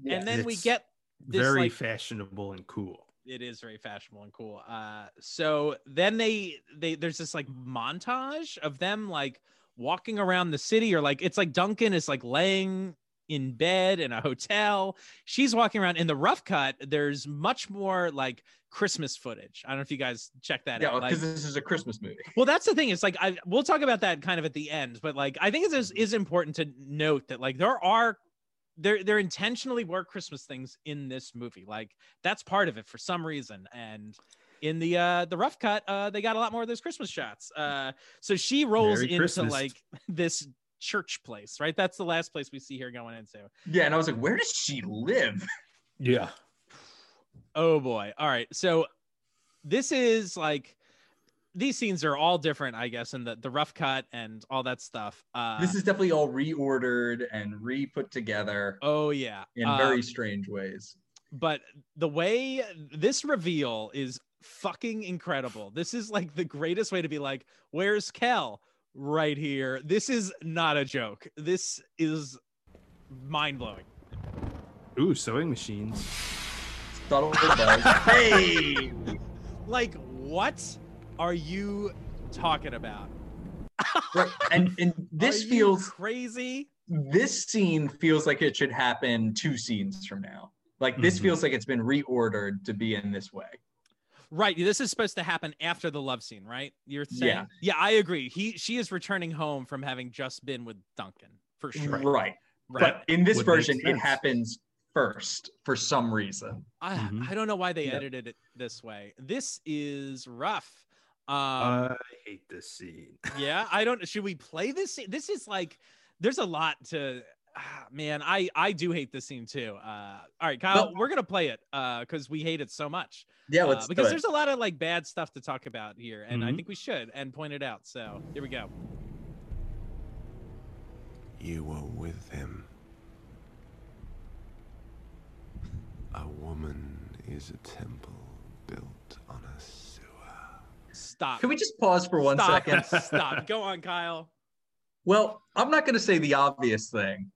Speaker 3: And then we
Speaker 5: It's
Speaker 3: get this
Speaker 5: Very
Speaker 3: like,
Speaker 5: fashionable and cool.
Speaker 3: it is very fashionable and cool. Uh, so then they they there's this like montage of them like walking around the city, or like it's like Duncan is like laying in bed in a hotel. She's walking around in the rough cut. There's much more like Christmas footage. I don't know if you guys check that
Speaker 4: Yeah,
Speaker 3: out. Like,
Speaker 4: because this is a Christmas movie.
Speaker 3: well, that's the thing. It's like I we'll talk about that kind of at the end, but like I think it is is important to note that like there are there there intentionally were Christmas things in this movie. Like that's part of it for some reason. And in the uh the rough cut, uh they got a lot more of those Christmas shots. Uh so she rolls
Speaker 5: Merry
Speaker 3: into
Speaker 5: Christmas.
Speaker 3: like this church place, right? That's the last place we see her going into.
Speaker 4: Yeah, and I was like, where does she live?
Speaker 5: Yeah.
Speaker 3: Oh boy. All right. So this is like these scenes are all different, I guess, and the, the rough cut and all that stuff. Uh
Speaker 4: This is definitely all reordered and re-put together
Speaker 3: Oh yeah.
Speaker 4: in
Speaker 3: Um,
Speaker 4: very strange ways.
Speaker 3: but the way this reveal is fucking incredible. This is like the greatest way to be like, where's Kel? Right here. This is not a joke. This is mind blowing.
Speaker 5: Ooh, sewing machines.
Speaker 4: Subtle buzz. hey!
Speaker 3: Like, what are you talking about?
Speaker 4: Right, And and this
Speaker 3: Are you
Speaker 4: feels
Speaker 3: crazy.
Speaker 4: this scene feels like it should happen two scenes from now. Like this
Speaker 5: Mhm.
Speaker 4: feels like it's been reordered to be in this way.
Speaker 3: Right. This is supposed to happen after the love scene, right? You're saying?
Speaker 4: Yeah.
Speaker 3: Yeah, I agree. He she is returning home from having just been with Duncan for sure.
Speaker 4: Right.
Speaker 3: Right.
Speaker 4: But in this
Speaker 5: Would make
Speaker 4: version, it
Speaker 5: sense.
Speaker 4: happens first for some reason.
Speaker 3: I,
Speaker 5: Mhm.
Speaker 3: I don't know why they
Speaker 5: Yeah.
Speaker 3: edited it this way. This is rough. Um,
Speaker 5: I hate this scene.
Speaker 3: yeah, I don't. Should we play this? scene? This is like, there's a lot to. ah, Man, I I do hate this scene too. Uh, all right, Kyle,
Speaker 4: Well-
Speaker 3: we're gonna play it because we hate it so much.
Speaker 4: Yeah,
Speaker 3: Uh,
Speaker 4: let's
Speaker 3: because
Speaker 4: do it.
Speaker 3: there's a lot of like bad stuff to talk about here, and I
Speaker 5: Mhm.
Speaker 3: think we should and point it out. So here we go.
Speaker 8: You were with him. A woman is a temple built on a sewer.
Speaker 3: Stop.
Speaker 4: Can we just pause for one
Speaker 3: Stop.
Speaker 4: second?
Speaker 3: Stop. Go on, Kyle.
Speaker 4: Well, I'm not going to say the obvious thing,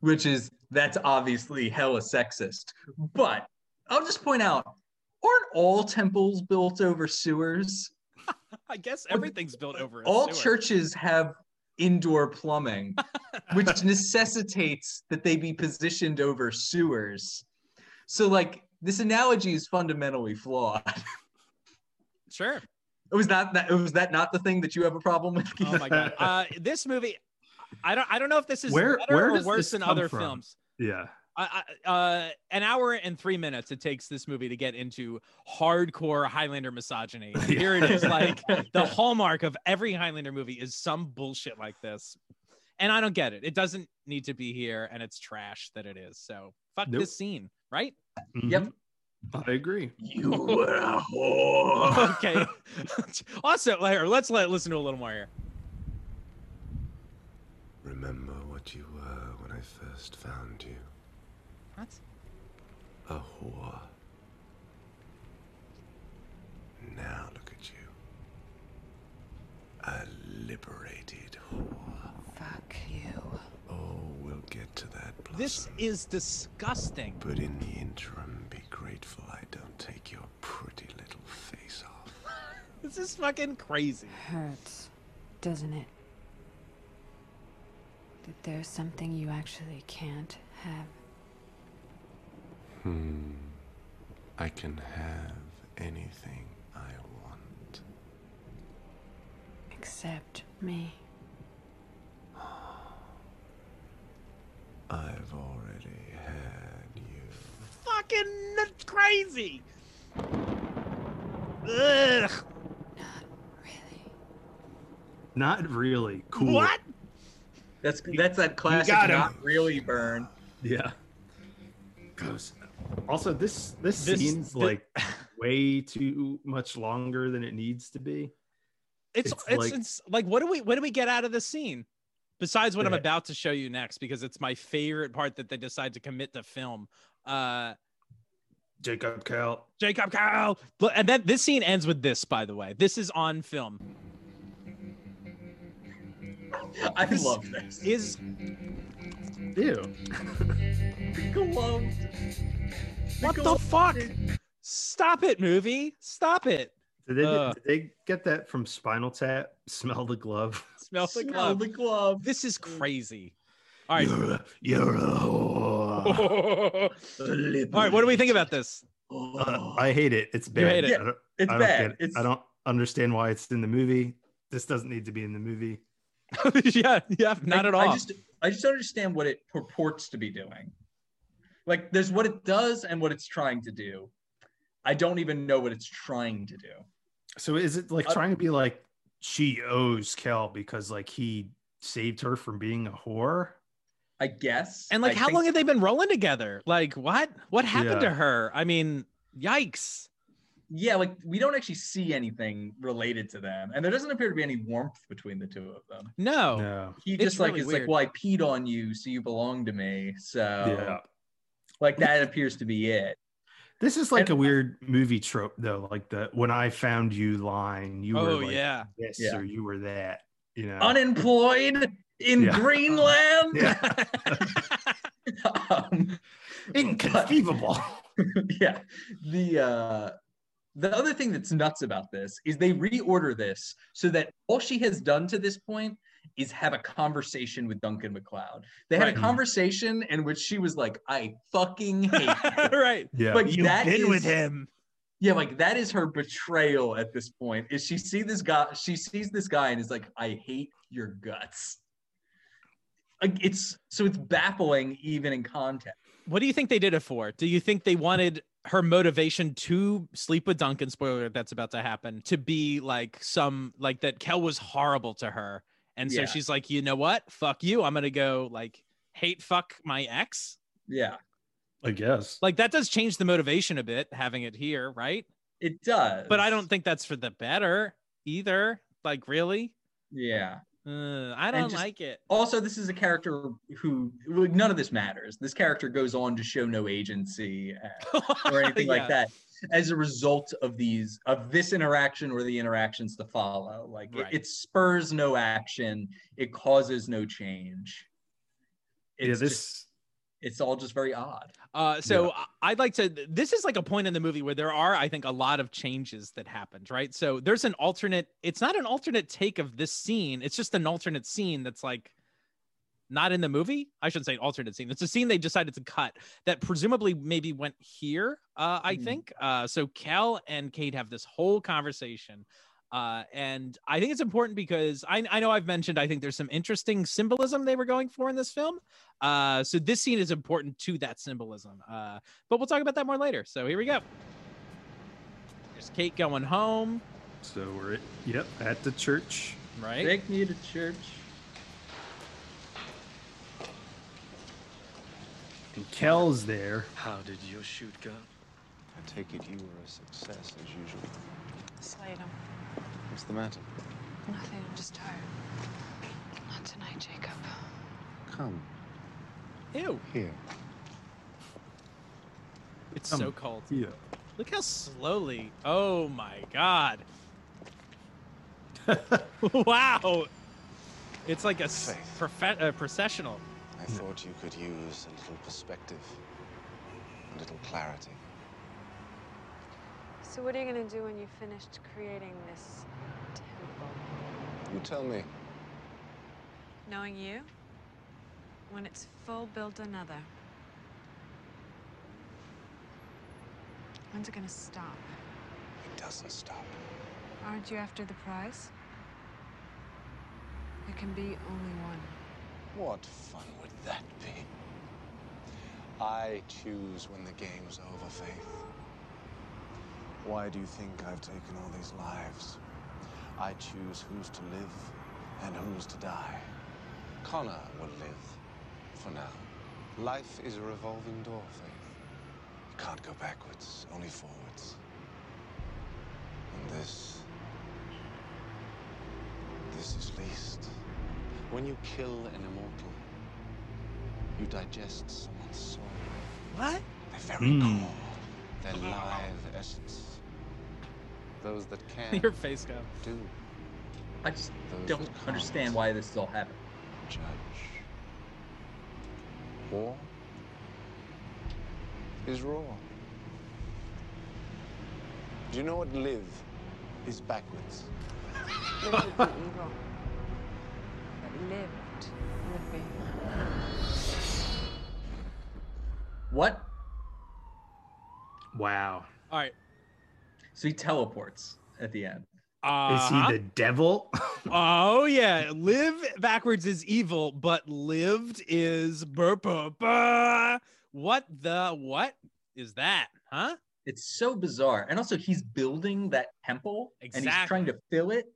Speaker 4: which is that's obviously hella sexist. But I'll just point out aren't all temples built over sewers?
Speaker 3: I guess
Speaker 4: Well,
Speaker 3: everything's built over. a
Speaker 4: all
Speaker 3: sewer.
Speaker 4: churches have indoor plumbing, which necessitates that they be positioned over sewers. So, like, this analogy is fundamentally flawed.
Speaker 3: Sure.
Speaker 4: Was that, that was that not the thing that you have a problem with?
Speaker 3: Oh my god. Uh, this movie, I don't, I don't know if this is
Speaker 5: Where-
Speaker 3: better
Speaker 5: where
Speaker 3: or
Speaker 5: does
Speaker 3: worse
Speaker 5: this
Speaker 3: than
Speaker 5: come
Speaker 3: other
Speaker 5: from?
Speaker 3: films.
Speaker 5: Yeah.
Speaker 3: I, I, uh, an hour and three minutes it takes this movie to get into hardcore Highlander misogyny. And Here it is, like the hallmark of every Highlander movie is some bullshit like this, and I don't get it. It doesn't need to be here, and it's trash that it is. So fuck
Speaker 5: Nope.
Speaker 3: this scene, right?
Speaker 4: Yep.
Speaker 5: Mhm. I agree.
Speaker 4: You were a whore.
Speaker 3: Okay. also, here, let's let listen to a little more here.
Speaker 8: Remember what you were when I first found you.
Speaker 3: What?
Speaker 8: A whore. Now look at you. A liberated whore.
Speaker 9: Fuck you.
Speaker 8: Oh, we'll get to that blossom.
Speaker 3: This is disgusting.
Speaker 8: But in the interim, be grateful I don't take your pretty little face off.
Speaker 3: This is fucking crazy.
Speaker 9: Hurts, doesn't it? That there's something you actually can't have.
Speaker 8: Hmm. I can have anything I want.
Speaker 9: Except me.
Speaker 8: I've already had you.
Speaker 3: fucking nuts- crazy. Ugh.
Speaker 9: Really?
Speaker 5: Not really. Cool.
Speaker 3: What?
Speaker 4: That's that's that classic
Speaker 5: got him.
Speaker 4: not really burn.
Speaker 5: Yeah. Gross. Also, this this,
Speaker 3: This-
Speaker 5: scene's
Speaker 3: thi-
Speaker 5: like way too much longer than it needs to be.
Speaker 3: It's it's,
Speaker 5: It's
Speaker 3: it's like,
Speaker 5: like-
Speaker 3: what do we what do we get out of this scene? Besides what I'm
Speaker 5: Yeah.
Speaker 3: about to show you next, because it's my favorite part that they decide to commit to film. Uh
Speaker 5: Jacob Cal.
Speaker 3: Jacob Kyle. Look, And then this scene ends with this, by the way. This is on film.
Speaker 4: I love this.
Speaker 3: Is
Speaker 5: Ew.
Speaker 4: Gloves.
Speaker 3: what the fuck? Stop it, movie. Stop it.
Speaker 5: Did they,
Speaker 3: Uh.
Speaker 5: did they get that from Spinal Tap? Smell the glove.
Speaker 3: Smell the
Speaker 4: Smell
Speaker 3: glove.
Speaker 4: the glove.
Speaker 3: This is crazy. All right.
Speaker 5: You're a, you're a whore.
Speaker 3: All right. What do we think about this?
Speaker 5: Uh, I hate it. It's bad.
Speaker 3: You hate it.
Speaker 5: I don't,
Speaker 4: It's
Speaker 5: I don't
Speaker 4: bad.
Speaker 5: get it.
Speaker 4: It's
Speaker 5: I don't understand why it's in the movie. This doesn't need to be in the movie.
Speaker 3: yeah. Yeah. Not
Speaker 4: I-
Speaker 3: at all.
Speaker 4: I just I just don't understand what it purports to be doing. Like there's what it does and what it's trying to do. I don't even know what it's trying to do.
Speaker 5: So is it like
Speaker 4: Uh,
Speaker 5: trying to be like she owes Kel because like he saved her from being a whore?
Speaker 4: I guess.
Speaker 3: and like,
Speaker 4: I
Speaker 3: how
Speaker 4: think-
Speaker 3: long have they been rolling together? Like, what? What happened
Speaker 5: Yeah.
Speaker 3: to her? I mean, yikes.
Speaker 4: Yeah, like we don't actually see anything related to them, and there doesn't appear to be any warmth between the two of them.
Speaker 3: No.
Speaker 5: No.
Speaker 4: He
Speaker 3: It's
Speaker 4: just like
Speaker 3: really
Speaker 4: is
Speaker 3: weird.
Speaker 4: like, well, I peed on you, so you belong to me. So
Speaker 5: Yeah.
Speaker 4: like that appears to be it.
Speaker 5: This is like
Speaker 4: And-
Speaker 5: a weird movie trope though, like the when I found you line, you
Speaker 3: oh
Speaker 5: were like
Speaker 3: yeah.
Speaker 5: this
Speaker 4: Yeah.
Speaker 5: or you were that. You know.
Speaker 4: Unemployed in
Speaker 5: Yeah.
Speaker 4: Greenland.
Speaker 5: Yeah.
Speaker 4: um,
Speaker 5: Inconceivable.
Speaker 4: yeah the uh the other thing that's nuts about this is they reorder this so that all she has done to this point is have a conversation with Duncan McLeod. They had
Speaker 3: Right.
Speaker 4: a conversation in which she was like, "I fucking hate." You.
Speaker 3: right.
Speaker 5: yeah.
Speaker 4: Like that is-
Speaker 3: him.
Speaker 4: yeah, like that is her betrayal at this point. Is she see this guy? She sees this guy and is like, "I hate your guts." Like, It's so it's baffling even in context.
Speaker 3: What do you think they did it for? Do you think they wanted her motivation to sleep with Duncan? Spoiler: alert, that's about to happen. To be like some like that. Kel was horrible to her, and so
Speaker 4: Yeah.
Speaker 3: she's like, you know what? Fuck you. I'm gonna go like hate fuck my ex.
Speaker 4: Yeah.
Speaker 5: I guess.
Speaker 3: Like that does change the motivation a bit having it here, right?
Speaker 4: It does.
Speaker 3: But I don't think that's for the better either. Like really,
Speaker 4: Yeah.
Speaker 3: uh, I don't
Speaker 4: just-
Speaker 3: like it.
Speaker 4: Also, this is a character who like, none of this matters. This character goes on to show no agency uh, or anything
Speaker 3: Yeah.
Speaker 4: like that as a result of these of this interaction or the interactions to follow. Like it-
Speaker 3: Right.
Speaker 4: it, spurs no action. It causes no change. It's
Speaker 5: yeah, this
Speaker 4: just- it's all just very odd.
Speaker 3: Uh, so I- I'd like to. This is like a point in the movie where there are, I think, a lot of changes that happened, right? So there's an alternate. It's not an alternate take of this scene. It's just an alternate scene that's like not in the movie. I shouldn't say an alternate scene. It's a scene they decided to cut that presumably maybe went here. Uh, I
Speaker 4: Mhm.
Speaker 3: think. Uh, so Cal and Kate have this whole conversation. Uh, and I think it's important because I, I know I've mentioned I think there's some interesting symbolism they were going for in this film. Uh, so this scene is important to that symbolism. Uh, but we'll talk about that more later. So here we go. There's Kate going home,
Speaker 5: so we're at, yep, at the church.
Speaker 3: right?
Speaker 4: Take me to church.
Speaker 5: And Kel's there.
Speaker 10: How did your shoot go? I take it you were a success as usual.
Speaker 9: Slade, I'm
Speaker 10: What's the matter?
Speaker 9: nothing. I'm just tired. Not tonight, Jacob.
Speaker 10: Come
Speaker 3: Ew,
Speaker 10: here.
Speaker 3: it's
Speaker 5: Come.
Speaker 3: so cold.
Speaker 5: Yeah.
Speaker 3: Look how slowly. Oh my god. wow. It's like a s-
Speaker 10: Faith.
Speaker 3: profe- uh, processional.
Speaker 10: I thought you could use a little perspective, a little clarity.
Speaker 9: So, what are you gonna do when you finished creating this temple?
Speaker 10: You tell me.
Speaker 9: Knowing you, when it's full, build another. When's it gonna stop?
Speaker 10: It doesn't stop.
Speaker 9: Aren't you after the prize? There can be only one.
Speaker 10: What fun would that be? I choose when the game's over, Faith. Why do you think I've taken all these lives? I choose who's to live and who's to die. Connor will live for now. Life is a revolving door, Faith. You can't go backwards, only forwards. And this. This is least. When you kill an immortal, you digest someone's soul.
Speaker 3: What?
Speaker 10: Their very
Speaker 5: Mm.
Speaker 10: core, their live essence. Those that can
Speaker 3: Your face go.
Speaker 10: do.
Speaker 4: I just
Speaker 10: Those
Speaker 4: don't
Speaker 10: that can't.
Speaker 4: understand why this is all happening.
Speaker 10: judge. War is raw. Do you know what live is backwards?
Speaker 9: Live would be evil. But lived would be.
Speaker 4: What?
Speaker 5: Wow.
Speaker 3: All right.
Speaker 4: So he teleports at the end.
Speaker 3: Uh-huh.
Speaker 5: Is he the devil?
Speaker 3: Oh yeah, live backwards is evil, but lived is burp. What the what is that? Huh?
Speaker 4: It's so bizarre. And also, he's building that temple and he's trying to fill it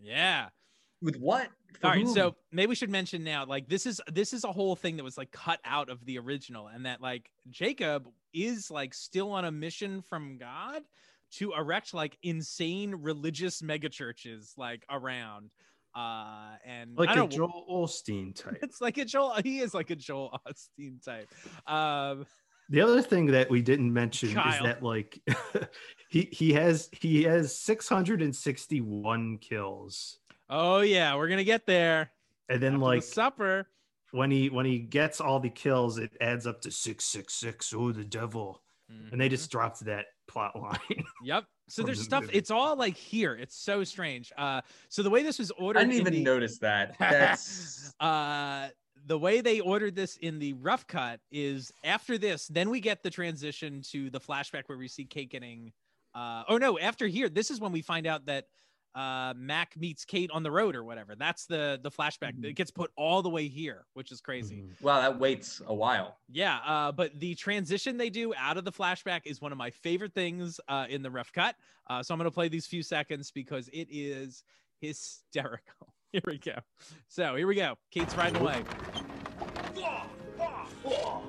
Speaker 3: Yeah.
Speaker 4: with what? For
Speaker 3: All right,
Speaker 4: whom?
Speaker 3: so maybe we should mention now, like this is this is a whole thing that was like cut out of the original, and that like Jacob is like still on a mission from God to erect like insane religious megachurches like around. Uh and I
Speaker 5: like a
Speaker 3: don't-
Speaker 5: Joel Olstein type.
Speaker 3: it's like a Joel, he is like a Joel Austin type. Um
Speaker 5: The other thing that we didn't mention
Speaker 3: Kyle.
Speaker 5: is that like he he has he has 661 kills.
Speaker 3: oh yeah, we're gonna get there.
Speaker 5: And then
Speaker 3: After the
Speaker 5: like
Speaker 3: supper.
Speaker 5: when he when he gets all the kills it adds up to 666 oh the devil. And they
Speaker 3: Mm-hmm.
Speaker 5: just dropped that plot line.
Speaker 3: Yep. So
Speaker 5: From
Speaker 3: there's
Speaker 5: the
Speaker 3: stuff,
Speaker 5: movie.
Speaker 3: it's all like here. It's so strange. Uh so the way this was ordered
Speaker 4: I didn't
Speaker 3: in
Speaker 4: even
Speaker 3: the-
Speaker 4: notice that. That's
Speaker 3: uh the way they ordered this in the rough cut is after this then we get the transition to the flashback where we see kate getting uh oh no after here this is when we find out that uh mac meets kate on the road or whatever that's the the flashback
Speaker 5: Mhm.
Speaker 3: it gets put all the way here which is crazy
Speaker 4: wow. That waits a while.
Speaker 3: yeah, uh, but the transition they do out of the flashback is one of my favorite things uh, in the rough cut. Uh, so I'm going to play these few seconds because it is hysterical. Here we go. So here we go. Kate's riding away.
Speaker 4: Oh,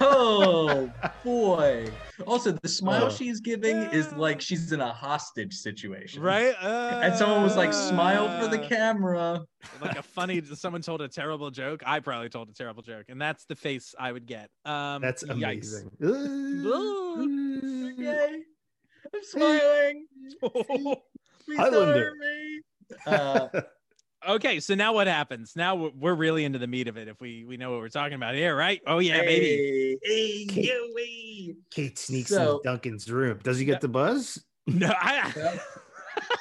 Speaker 4: Oh boy! Also, the smile
Speaker 5: Uh.
Speaker 4: she's giving is like she's in a hostage situation,
Speaker 3: Right?
Speaker 4: And someone was like, "Smile for the
Speaker 3: Uh,
Speaker 4: camera."
Speaker 3: like a funny, someone told a terrible joke. I probably told a terrible joke. And that's the face I would get. Um,
Speaker 5: That's
Speaker 3: yikes.
Speaker 5: amazing.
Speaker 3: Mm.
Speaker 4: Okay, I'm smiling. Please don't
Speaker 5: Highlander.
Speaker 4: hurt me. Uh,
Speaker 3: okay, so now what happens? Now we're- we're really into the meat of it if we, we know what we're talking about here, right? Oh, yeah, baby.
Speaker 4: hey, hey,
Speaker 5: Kate.
Speaker 4: yo, hey.
Speaker 5: Kate sneaks
Speaker 4: So-
Speaker 5: into Duncan's room. Does he get the buzz?
Speaker 3: No, I,
Speaker 4: Yeah.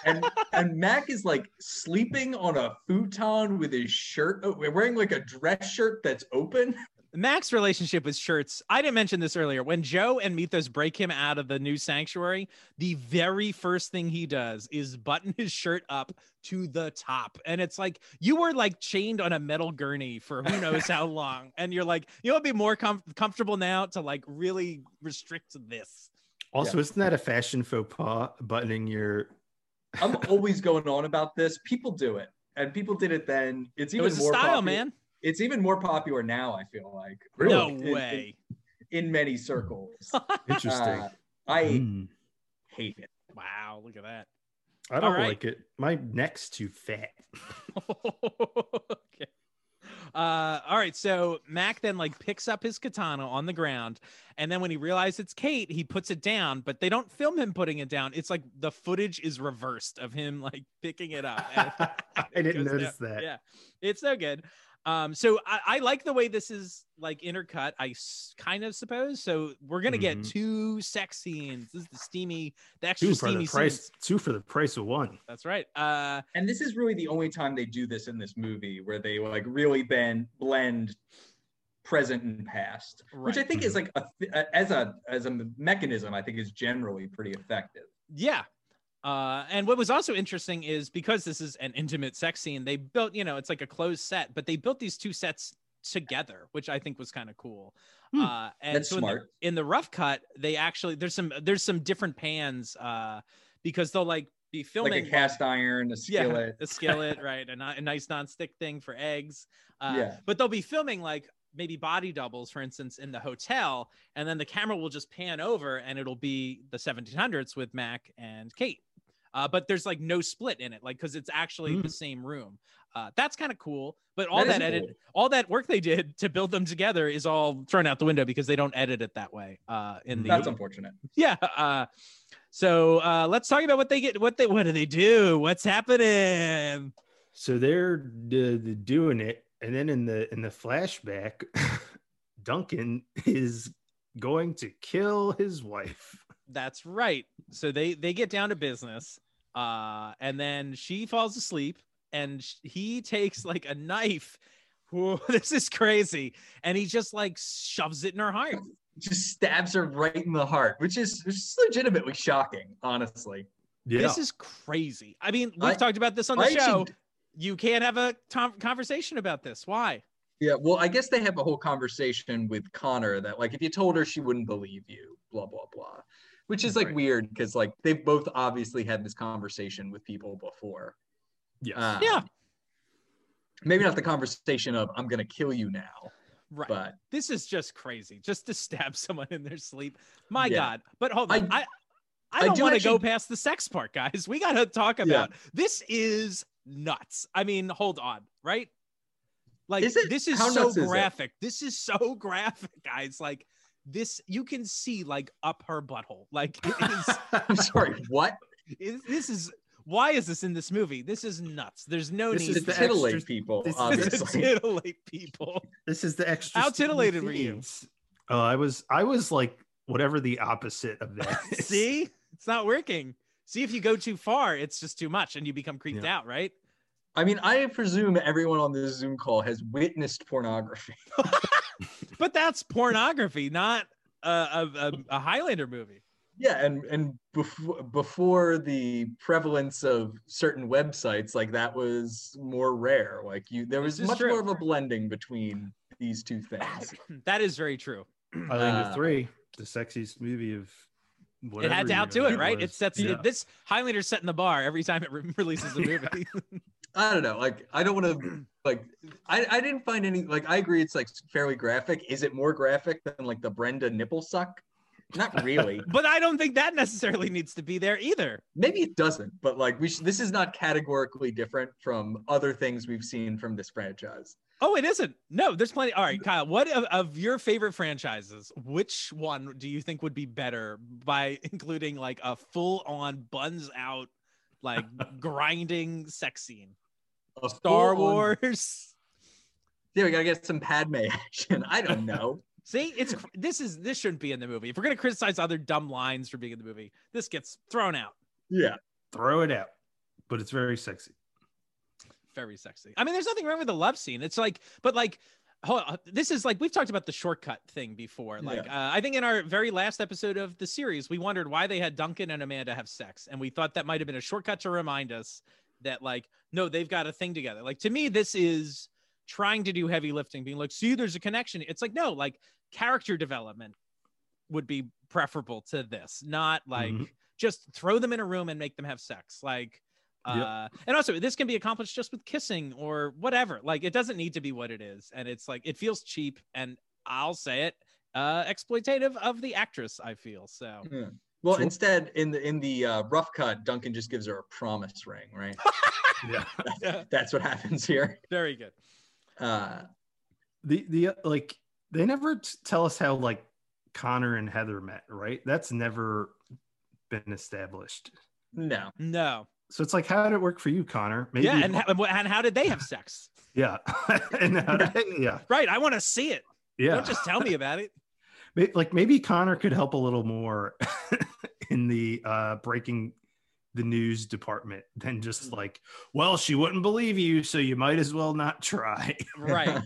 Speaker 4: and and Mac is like sleeping on a futon with his shirt. Oh, we're wearing like a dress shirt that's open.
Speaker 3: Mac's relationship with shirts. I didn't mention this earlier. When Joe and Mythos break him out of the new sanctuary, the very first thing he does is button his shirt up to the top. And it's like you were like chained on a metal gurney for who knows how long. And you're like, you know, it'd be more com- comfortable now to like really restrict this.
Speaker 5: Also, isn't that a fashion faux pas buttoning your
Speaker 4: I'm always going on about this. People do it, and people did it then. It's
Speaker 3: It
Speaker 4: even
Speaker 3: was a
Speaker 4: more
Speaker 3: style,
Speaker 4: popu-
Speaker 3: man.
Speaker 4: It's even more popular now. I feel like
Speaker 3: No
Speaker 4: In- in-
Speaker 3: way.
Speaker 4: in, many circles.
Speaker 5: interesting?
Speaker 4: Uh, I
Speaker 5: Mm.
Speaker 4: hate it.
Speaker 3: Wow, look at that.
Speaker 5: I
Speaker 3: all
Speaker 5: don't
Speaker 3: right.
Speaker 5: like it. My neck's too fat.
Speaker 3: okay. Uh, all right. So Mac then like picks up his katana on the ground, and then when he realizes it's Kate, he puts it down. But they don't film him putting it down. It's like the footage is reversed of him like picking it up. and-
Speaker 5: I didn't
Speaker 3: goes down.
Speaker 5: notice that.
Speaker 3: Yeah, it's so good. Um, so I, I like the way this is like intercut. I s- kind of suppose. So we're gonna get
Speaker 5: Mhm.
Speaker 3: two sex scenes. This is the steamy, the extra
Speaker 5: Two for
Speaker 3: steamy
Speaker 5: the price.
Speaker 3: scenes.
Speaker 5: Two for the price of one.
Speaker 3: That's right. Uh,
Speaker 4: And this is really the only time they do this in this movie, where they like really then blend present and past, which I
Speaker 3: Right.
Speaker 4: think is like a, as a as a mechanism, I think is generally pretty effective.
Speaker 3: Yeah. Uh, and what was also interesting is because this is an intimate sex scene, they built, you know, it's like a closed set, but they built these two sets together, which I think was kind of cool.
Speaker 5: Hmm.
Speaker 3: Uh, and
Speaker 4: That's
Speaker 3: so in the-
Speaker 4: smart.
Speaker 3: In the, rough cut, they actually there's some there's some different pans uh, because they'll like be filming
Speaker 4: Like a cast iron, a
Speaker 3: yeah,
Speaker 4: skillet.
Speaker 3: a skillet, right? A, ni- a nice nonstick thing for eggs. Uh,
Speaker 4: Yeah.
Speaker 3: But they'll be filming like maybe body doubles, for instance, in the hotel, and then the camera will just pan over, and it'll be the 1700s with Mac and Kate. Uh, but there's like no split in it, like because it's actually the same room. Uh, that's kind of cool. But all
Speaker 4: Mm. That
Speaker 3: that,
Speaker 4: is
Speaker 3: edit,
Speaker 4: cool.
Speaker 3: all that work they did to build them together is all thrown out the window because they don't edit it that way. Uh, in the
Speaker 4: That's unfortunate.
Speaker 3: yeah. Uh, So uh, let's talk about what they get. What they what do they do? What's happening?
Speaker 5: So they're d- d- doing it, and then in the in the flashback, Duncan is going to kill his wife.
Speaker 3: That's right. So they they get down to business, uh, and then she falls asleep, and sh- he takes like a knife. Whoa, this is crazy, and he just like shoves it in her heart.
Speaker 4: Just stabs her right in the heart, which is which is legitimately shocking, honestly.
Speaker 3: This is crazy. I mean, we've
Speaker 4: I-
Speaker 3: talked about this on the
Speaker 4: I actually-
Speaker 3: show. You can't have a tom- conversation about this. Why?
Speaker 4: Yeah, well, I guess they have a whole conversation with Connor that like if you told her she wouldn't believe you, blah blah blah. Which is like weird because like they've both obviously had this conversation with people before.
Speaker 5: Yes.
Speaker 4: Uh,
Speaker 3: yeah.
Speaker 4: Maybe not the conversation of I'm gonna kill you now.
Speaker 3: Right.
Speaker 4: But-
Speaker 3: this is just crazy. Just to stab someone in their sleep. My
Speaker 4: Yeah.
Speaker 3: God. But hold
Speaker 4: I-
Speaker 3: on. I I,
Speaker 4: I
Speaker 3: don't
Speaker 4: do
Speaker 3: want to go
Speaker 4: actually-
Speaker 3: past the sex part, guys. We gotta talk about this is nuts. I mean, hold on, right? Like
Speaker 4: Is it?
Speaker 3: this is
Speaker 4: How
Speaker 3: so
Speaker 4: nuts is it?
Speaker 3: graphic. this is so graphic, guys. Like this you can see like up her butthole. Like it is
Speaker 4: I'm sorry, what?
Speaker 3: is- this is why is this in this movie? This is nuts. There's no
Speaker 5: This
Speaker 3: need
Speaker 5: is
Speaker 4: To
Speaker 3: for
Speaker 5: the
Speaker 3: this.
Speaker 4: titillate
Speaker 5: extra-
Speaker 4: people,
Speaker 5: this is-
Speaker 3: to
Speaker 4: obviously.
Speaker 3: titillate people.
Speaker 5: This is the extra.
Speaker 3: How
Speaker 5: sticky
Speaker 3: titillated were you?
Speaker 5: scenes. Oh, I was I was like whatever the opposite of that. is.
Speaker 3: See, it's not working. See, if you go too far, it's just too much and you become creeped out, right?
Speaker 4: I mean, I presume everyone on this Zoom call has witnessed pornography.
Speaker 3: But that's pornography, not a, a, a, a Highlander movie.
Speaker 4: Yeah, and and before before the prevalence of certain websites, like that was more rare. Like you, there was
Speaker 3: This is
Speaker 4: much
Speaker 3: true.
Speaker 4: more of a blending between these two things.
Speaker 3: Hmm, That is very true.
Speaker 5: Highlander
Speaker 4: Uh,
Speaker 5: three, the sexiest movie of.
Speaker 3: it
Speaker 5: whatever
Speaker 3: had to
Speaker 5: year
Speaker 3: outdo it,
Speaker 5: that
Speaker 3: right?
Speaker 5: was.
Speaker 3: It sets
Speaker 5: Yeah.
Speaker 3: this Highlander's setting the bar every time it re- releases a movie.
Speaker 4: I don't know. Like I don't want to like I I didn't find any like I agree it's like fairly graphic. Is it more graphic than like the Brenda nipple suck? Not really.
Speaker 3: but I don't think that necessarily needs to be there either.
Speaker 4: Maybe it doesn't, but like we sh- this is not categorically different from other things we've seen from this franchise.
Speaker 3: Oh, it isn't. No, there's plenty. All right, Kyle, what of, of your favorite franchises, which one do you think would be better by including like a full on buns out, like grinding sex scene?
Speaker 4: A
Speaker 3: Star
Speaker 4: full-on-
Speaker 3: Wars.
Speaker 4: Yeah, we gotta get some Padme action. I don't know.
Speaker 3: See, it's cr- this is this shouldn't be in the movie. If we're gonna criticize other dumb lines for being in the movie, this gets thrown out.
Speaker 4: yeah.
Speaker 5: Throw it out, but it's very sexy.
Speaker 3: Very sexy. I mean, there's nothing wrong with the love scene. It's like, but like, hold on, this is like we've talked about the shortcut thing before. Like, uh, I think in our very last episode of the series, we wondered why they had Duncan and Amanda have sex, and we thought that might have been a shortcut to remind us that like, no, they've got a thing together. Like to me, this is trying to do heavy lifting, being like, see, there's a connection. It's like no, like character development would be preferable to this, not like
Speaker 5: Mhm.
Speaker 3: just throw them in a room and make them have sex. Like,
Speaker 5: Yep.
Speaker 3: uh, and also this can be accomplished just with kissing or whatever. Like, it doesn't need to be what it is, and it's like it feels cheap, and I'll say it, uh, exploitative of the actress. I feel so.
Speaker 4: Well,
Speaker 5: Sure.
Speaker 4: instead, in the in the uh, rough cut, Duncan just gives her a promise ring, right?
Speaker 5: Yeah.
Speaker 4: That's what happens here.
Speaker 3: Very good.
Speaker 4: Uh,
Speaker 5: the the uh, like they never t- tell us how like Connor and Heather met, right? That's never been established.
Speaker 4: no,
Speaker 3: No.
Speaker 5: So it's like, how did it work for you, Connor? Maybe,
Speaker 3: yeah, and, how, and wha- and how did they have sex?
Speaker 5: yeah, and how did- yeah,
Speaker 3: Right. I want to see it.
Speaker 5: yeah.
Speaker 3: Don't just tell me about it.
Speaker 5: May- like maybe Connor could help a little more in the uh breaking the news department than just
Speaker 3: Mm.
Speaker 5: like, well, she wouldn't believe you, so you might as well not try,
Speaker 3: Right. Uh,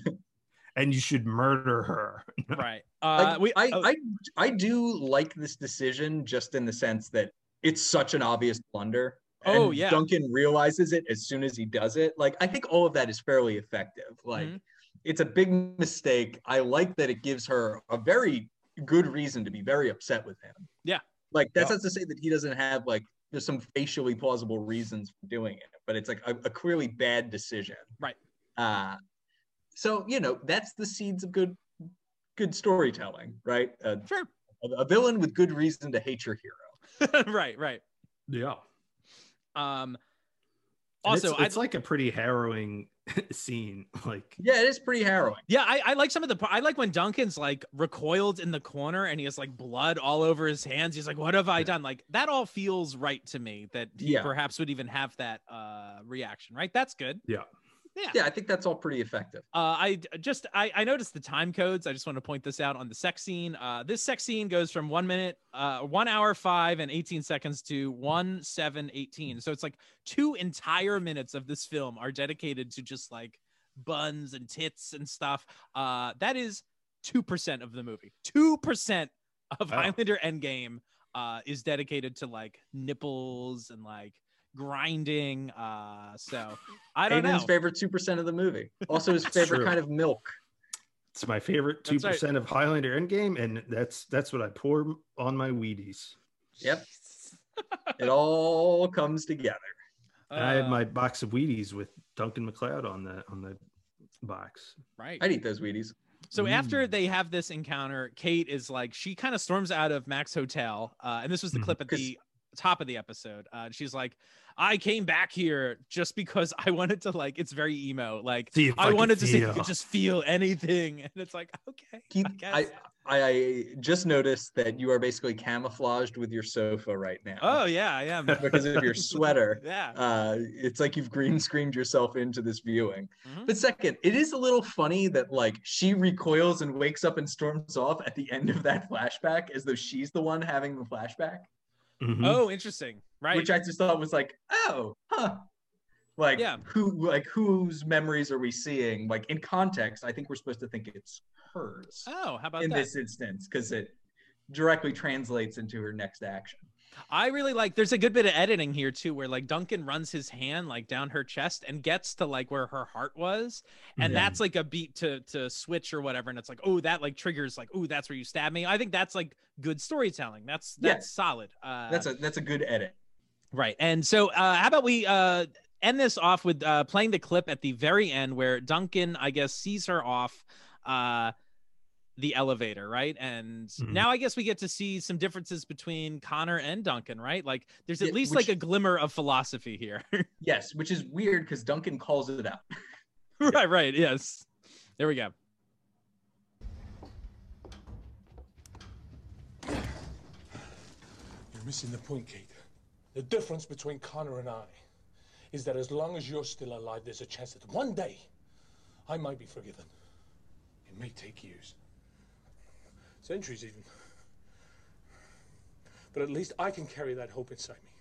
Speaker 5: and you should murder her.
Speaker 3: Right.
Speaker 4: Like,
Speaker 3: Uh, we.
Speaker 4: I,
Speaker 3: oh,
Speaker 4: I I do like this decision just in the sense that it's such an obvious blunder.
Speaker 3: Oh,
Speaker 4: and
Speaker 3: yeah.
Speaker 4: Duncan realizes it as soon as he does it. Like I think all of that is fairly effective. Like
Speaker 3: Mhm.
Speaker 4: it's a big mistake. I like that it gives her a very good reason to be very upset with him.
Speaker 3: Yeah.
Speaker 4: Like that's
Speaker 5: Yeah.
Speaker 4: not to say that he doesn't have like there's some facially plausible reasons for doing it, but it's like a, a clearly bad decision.
Speaker 3: Right.
Speaker 4: Uh so you know that's the seeds of good good storytelling, right? Uh,
Speaker 3: sure.
Speaker 4: a, a villain with good reason to hate your hero.
Speaker 3: right. Right.
Speaker 5: Yeah.
Speaker 3: Um.
Speaker 5: And it's-
Speaker 3: Also,
Speaker 5: it's,
Speaker 3: I'd,
Speaker 5: like a pretty harrowing scene. Like
Speaker 4: yeah, it is pretty harrowing.
Speaker 3: Yeah, I, I like some of the. par- I like when Duncan's like recoiled in the corner and he has like blood all over his hands. He's like, "What have I done?" Like that all feels right to me. That he
Speaker 4: Yeah.
Speaker 3: perhaps would even have that uh, reaction. Right? That's good.
Speaker 5: Yeah.
Speaker 3: Yeah.
Speaker 4: Yeah, I think that's all pretty effective.
Speaker 3: Uh, I d- just I, I noticed the time codes. I just want to point this out on the sex scene. Uh, this sex scene goes from one minute, uh, one hour five and eighteen seconds to one seven eighteen. So it's like two entire minutes of this film are dedicated to just like buns and tits and stuff. Uh, that is two percent of the movie. Two percent of
Speaker 5: Wow.
Speaker 3: Highlander Endgame uh, is dedicated to like nipples and like grinding. Uh, so I don't
Speaker 4: Adrian's
Speaker 3: know.
Speaker 4: favorite two percent of the movie. Also his favorite
Speaker 5: true.
Speaker 4: kind of milk.
Speaker 5: it's my favorite two
Speaker 3: That's right.
Speaker 5: percent of Highlander Endgame, and that's that's what I pour on my Wheaties.
Speaker 4: Yep. it all comes together.
Speaker 5: And I had
Speaker 3: Uh,
Speaker 5: my box of Wheaties with Duncan McLeod on the on the box.
Speaker 3: right.
Speaker 4: I'd eat those Wheaties.
Speaker 3: So
Speaker 5: Mm.
Speaker 3: after they have this encounter, Kate is like she kind of storms out of Mac's hotel, uh, and this was the
Speaker 5: Mhm.
Speaker 3: clip at
Speaker 4: 'Cause-
Speaker 3: the top of the episode. Uh, and she's like, "I came back here just because I wanted to like it's very emo, like
Speaker 5: See if
Speaker 3: I,
Speaker 5: I could
Speaker 3: wanted to see if you
Speaker 5: feel."
Speaker 3: could just feel anything." And it's like, okay,
Speaker 4: Keith,
Speaker 3: I guess.
Speaker 4: I, I, I just noticed that you are basically camouflaged with your sofa right now.
Speaker 3: oh yeah, I am.
Speaker 4: Because of your sweater.
Speaker 3: yeah,
Speaker 5: Mm-hmm.
Speaker 4: Uh, it's like you've green screened yourself into this viewing.
Speaker 3: Mhm.
Speaker 4: But second, it is a little funny that like she recoils and wakes up and storms off at the end of that flashback as though she's the one having the flashback,
Speaker 5: Mhm.
Speaker 3: Oh, interesting. Right.
Speaker 4: which I just thought was like, oh, huh. Like
Speaker 3: Yeah.
Speaker 4: who like whose memories are we seeing? Like in context, I think we're supposed to think it's hers
Speaker 3: oh, how about
Speaker 4: in
Speaker 3: that?
Speaker 4: this instance because it directly translates into her next action.
Speaker 3: I really like there's a good bit of editing here too where like Duncan runs his hand like down her chest and gets to like where her heart was and
Speaker 5: Yeah.
Speaker 3: that's like a beat to to switch or whatever and it's like oh that like triggers like oh that's where you stab me. I think that's like good storytelling. That's
Speaker 4: Yeah.
Speaker 3: that's solid. Uh
Speaker 4: That's a that's a good edit.
Speaker 3: Right. And so, uh, how about we uh, end this off with uh, playing the clip at the very end where Duncan, I guess, sees her off uh, the elevator, right? And
Speaker 4: Mm-hmm.
Speaker 5: Mhm.
Speaker 3: now I guess we get to see some differences between Connor and Duncan, right? Like, there's at
Speaker 4: Yeah,
Speaker 3: least
Speaker 4: which-
Speaker 3: like a glimmer of philosophy here.
Speaker 4: Yes, which is weird because Duncan calls it out.
Speaker 3: right, right. Yes. There we go.
Speaker 1: You're missing the point, Kate. The difference between Connor and I is that as long as you're still alive, there's a chance that one day I might be forgiven. It may take years, centuries even. But at least I can carry that hope inside me.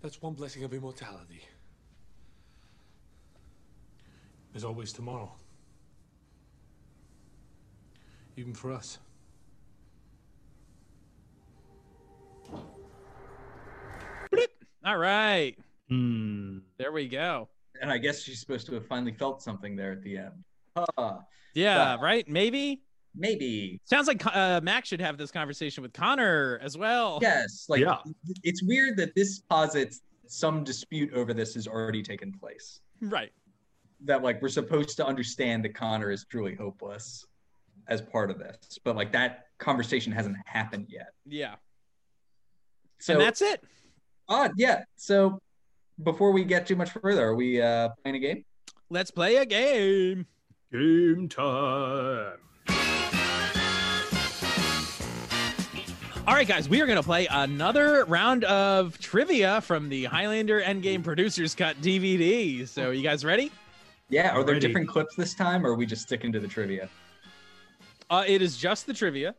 Speaker 1: That's one blessing of immortality. There's always tomorrow, even for us.
Speaker 3: All right.
Speaker 5: Mm.
Speaker 3: There we go.
Speaker 4: And I guess she's supposed to have finally felt something there at the end. Huh,
Speaker 3: Yeah,
Speaker 4: Wow.
Speaker 3: right. Maybe.
Speaker 4: maybe.
Speaker 3: Sounds like uh, Mac should have this conversation with Connor as well.
Speaker 4: Yes, like
Speaker 5: Yeah.
Speaker 4: it's weird that this posits some dispute over this has already taken place.
Speaker 3: Right.
Speaker 4: That like we're supposed to understand that Connor is truly hopeless as part of this, but like that conversation hasn't happened yet.
Speaker 3: Yeah.
Speaker 4: So
Speaker 3: and that's it.
Speaker 4: odd. Yeah. So before we get too much further, are we uh, playing a game?
Speaker 3: Let's play a game.
Speaker 5: Game time.
Speaker 3: All right, guys, we are going to play another round of trivia from the Highlander Endgame Producers Cut DVD. So, you guys ready?
Speaker 4: Yeah. Are there
Speaker 5: Already.
Speaker 4: different clips this time, or are we just sticking to the trivia?
Speaker 3: Uh, it is just the trivia.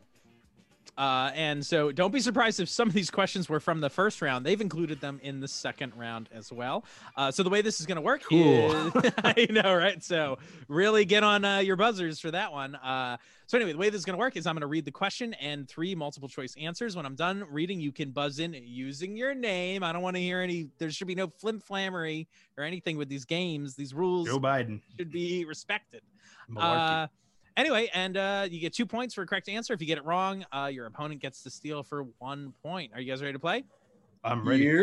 Speaker 3: Uh, and so, don't be surprised if some of these questions were from the first round. They've included them in the second round as well. Uh, so, the way this is going to work
Speaker 5: Cool.
Speaker 3: is- I know, right? So, really get on uh, your buzzers for that one. Uh, so, anyway, the way this is going to work is I'm going to read the question and three multiple choice answers. When I'm done reading, you can buzz in using your name. I don't want to hear any, there should be no flim flammery or anything with these games. These rules
Speaker 5: Joe Biden.
Speaker 3: should be respected.
Speaker 5: Malarkey.
Speaker 3: Uh, anyway, and uh, you get two points for a correct answer. If you get it wrong, uh, your opponent gets to steal for one point. Are you guys ready to play?
Speaker 5: I'm ready.
Speaker 4: Yep.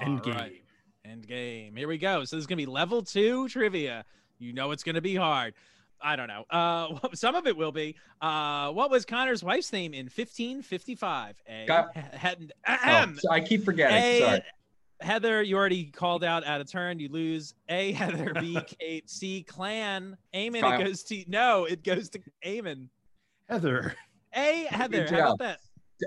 Speaker 5: End
Speaker 3: All
Speaker 5: game.
Speaker 3: right. End game. Here we go. So this is gonna be level two trivia. You know it's gonna be hard. I don't know. Uh, some of it will be. Uh, what was Connor's wife's name in 1555? A.
Speaker 4: Got-
Speaker 3: Hen-
Speaker 4: Oh,
Speaker 3: ahem. Um,
Speaker 4: so I keep forgetting.
Speaker 3: A.
Speaker 4: Sorry.
Speaker 3: Heather, you already called out out of turn. You lose. A Heather, B Kate, C Clan. Amen.
Speaker 5: Kyle.
Speaker 3: It goes to no. It goes to Amen.
Speaker 5: Heather.
Speaker 3: Oh, A Heather.
Speaker 4: Good
Speaker 3: How about
Speaker 4: job.
Speaker 3: that?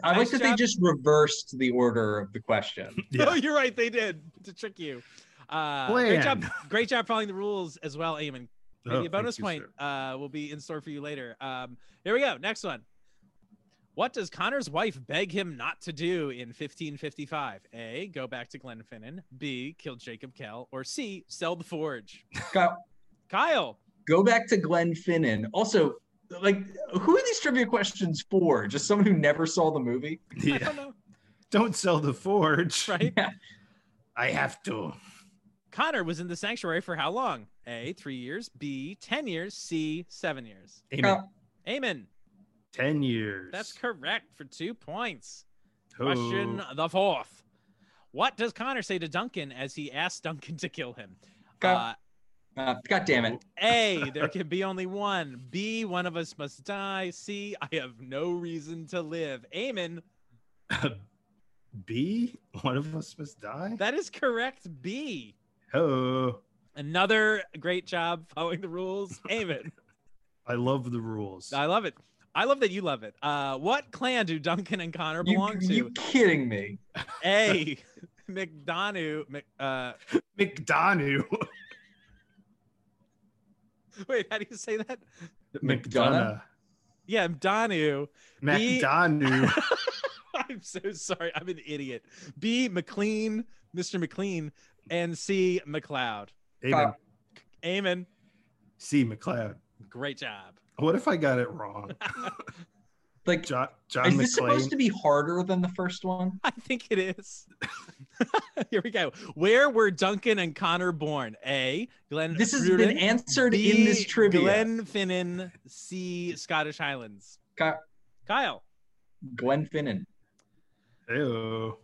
Speaker 4: I like
Speaker 3: Nice
Speaker 4: that
Speaker 3: job.
Speaker 4: they just reversed the order of the question.
Speaker 3: No, Oh, you're right. They did to trick you. Uh, great job. Great job following the rules as well, Eamon. Maybe
Speaker 5: Oh,
Speaker 3: a
Speaker 5: thank
Speaker 3: bonus
Speaker 5: you,
Speaker 3: point uh, will be in store for you later. Um, here we go. Next one. What does Connor's wife beg him not to do in 1555? A. Go back to Glenfinnan. B. Kill Jacob Kell. Or C. Sell the forge.
Speaker 4: Kyle.
Speaker 3: Kyle.
Speaker 4: Go back to Glenn Finnan. Also, like, who are these trivia questions for? Just someone who never saw the movie?
Speaker 5: Yeah.
Speaker 3: don't know.
Speaker 5: Don't sell the forge.
Speaker 3: Right.
Speaker 5: I have to.
Speaker 3: Connor was in the sanctuary for how long? A. Three years. B. Ten years. C. Seven years.
Speaker 5: Amen.
Speaker 4: Oh.
Speaker 3: Amen.
Speaker 5: 10 years.
Speaker 3: That's correct for two points. Question the fourth. What does Connor say to Duncan as he asks Duncan to kill him? Uh,
Speaker 4: Uh, God damn it.
Speaker 3: A, there can be only one. B, one of us must die. C, I have no reason to live. Amen.
Speaker 5: B, one of us must die.
Speaker 3: That is correct. B.
Speaker 5: Oh,
Speaker 3: Another great job following the rules. Amen.
Speaker 5: I love the rules.
Speaker 3: I love it. I love that you love it. Uh, what clan do Duncan and Connor belong to?
Speaker 4: You kidding me?
Speaker 3: A. McDonough. Mc- Uh,
Speaker 5: McDonough.
Speaker 3: wait, how do you say that?
Speaker 5: McDonough.
Speaker 3: Yeah, Donu. B-
Speaker 5: McDonough.
Speaker 3: I'm so sorry. I'm an idiot. B. McLean, Mr. McLean, and C. McLeod. Oh.
Speaker 5: Amen.
Speaker 3: Amen.
Speaker 5: C, McLeod.
Speaker 3: Great job.
Speaker 5: What if I got it wrong?
Speaker 4: like
Speaker 5: John,
Speaker 4: Is
Speaker 5: John
Speaker 4: this
Speaker 5: McClane.
Speaker 4: supposed to be harder than the first one?
Speaker 3: I think it is. Here we go. Where were Duncan and Connor born? A. Glenn.
Speaker 4: This has been answered in this trivia.
Speaker 3: Glenn Finnan. C. Scottish Highlands.
Speaker 4: Ky-
Speaker 3: Kyle.
Speaker 4: Glenn Finnan.
Speaker 5: Ew.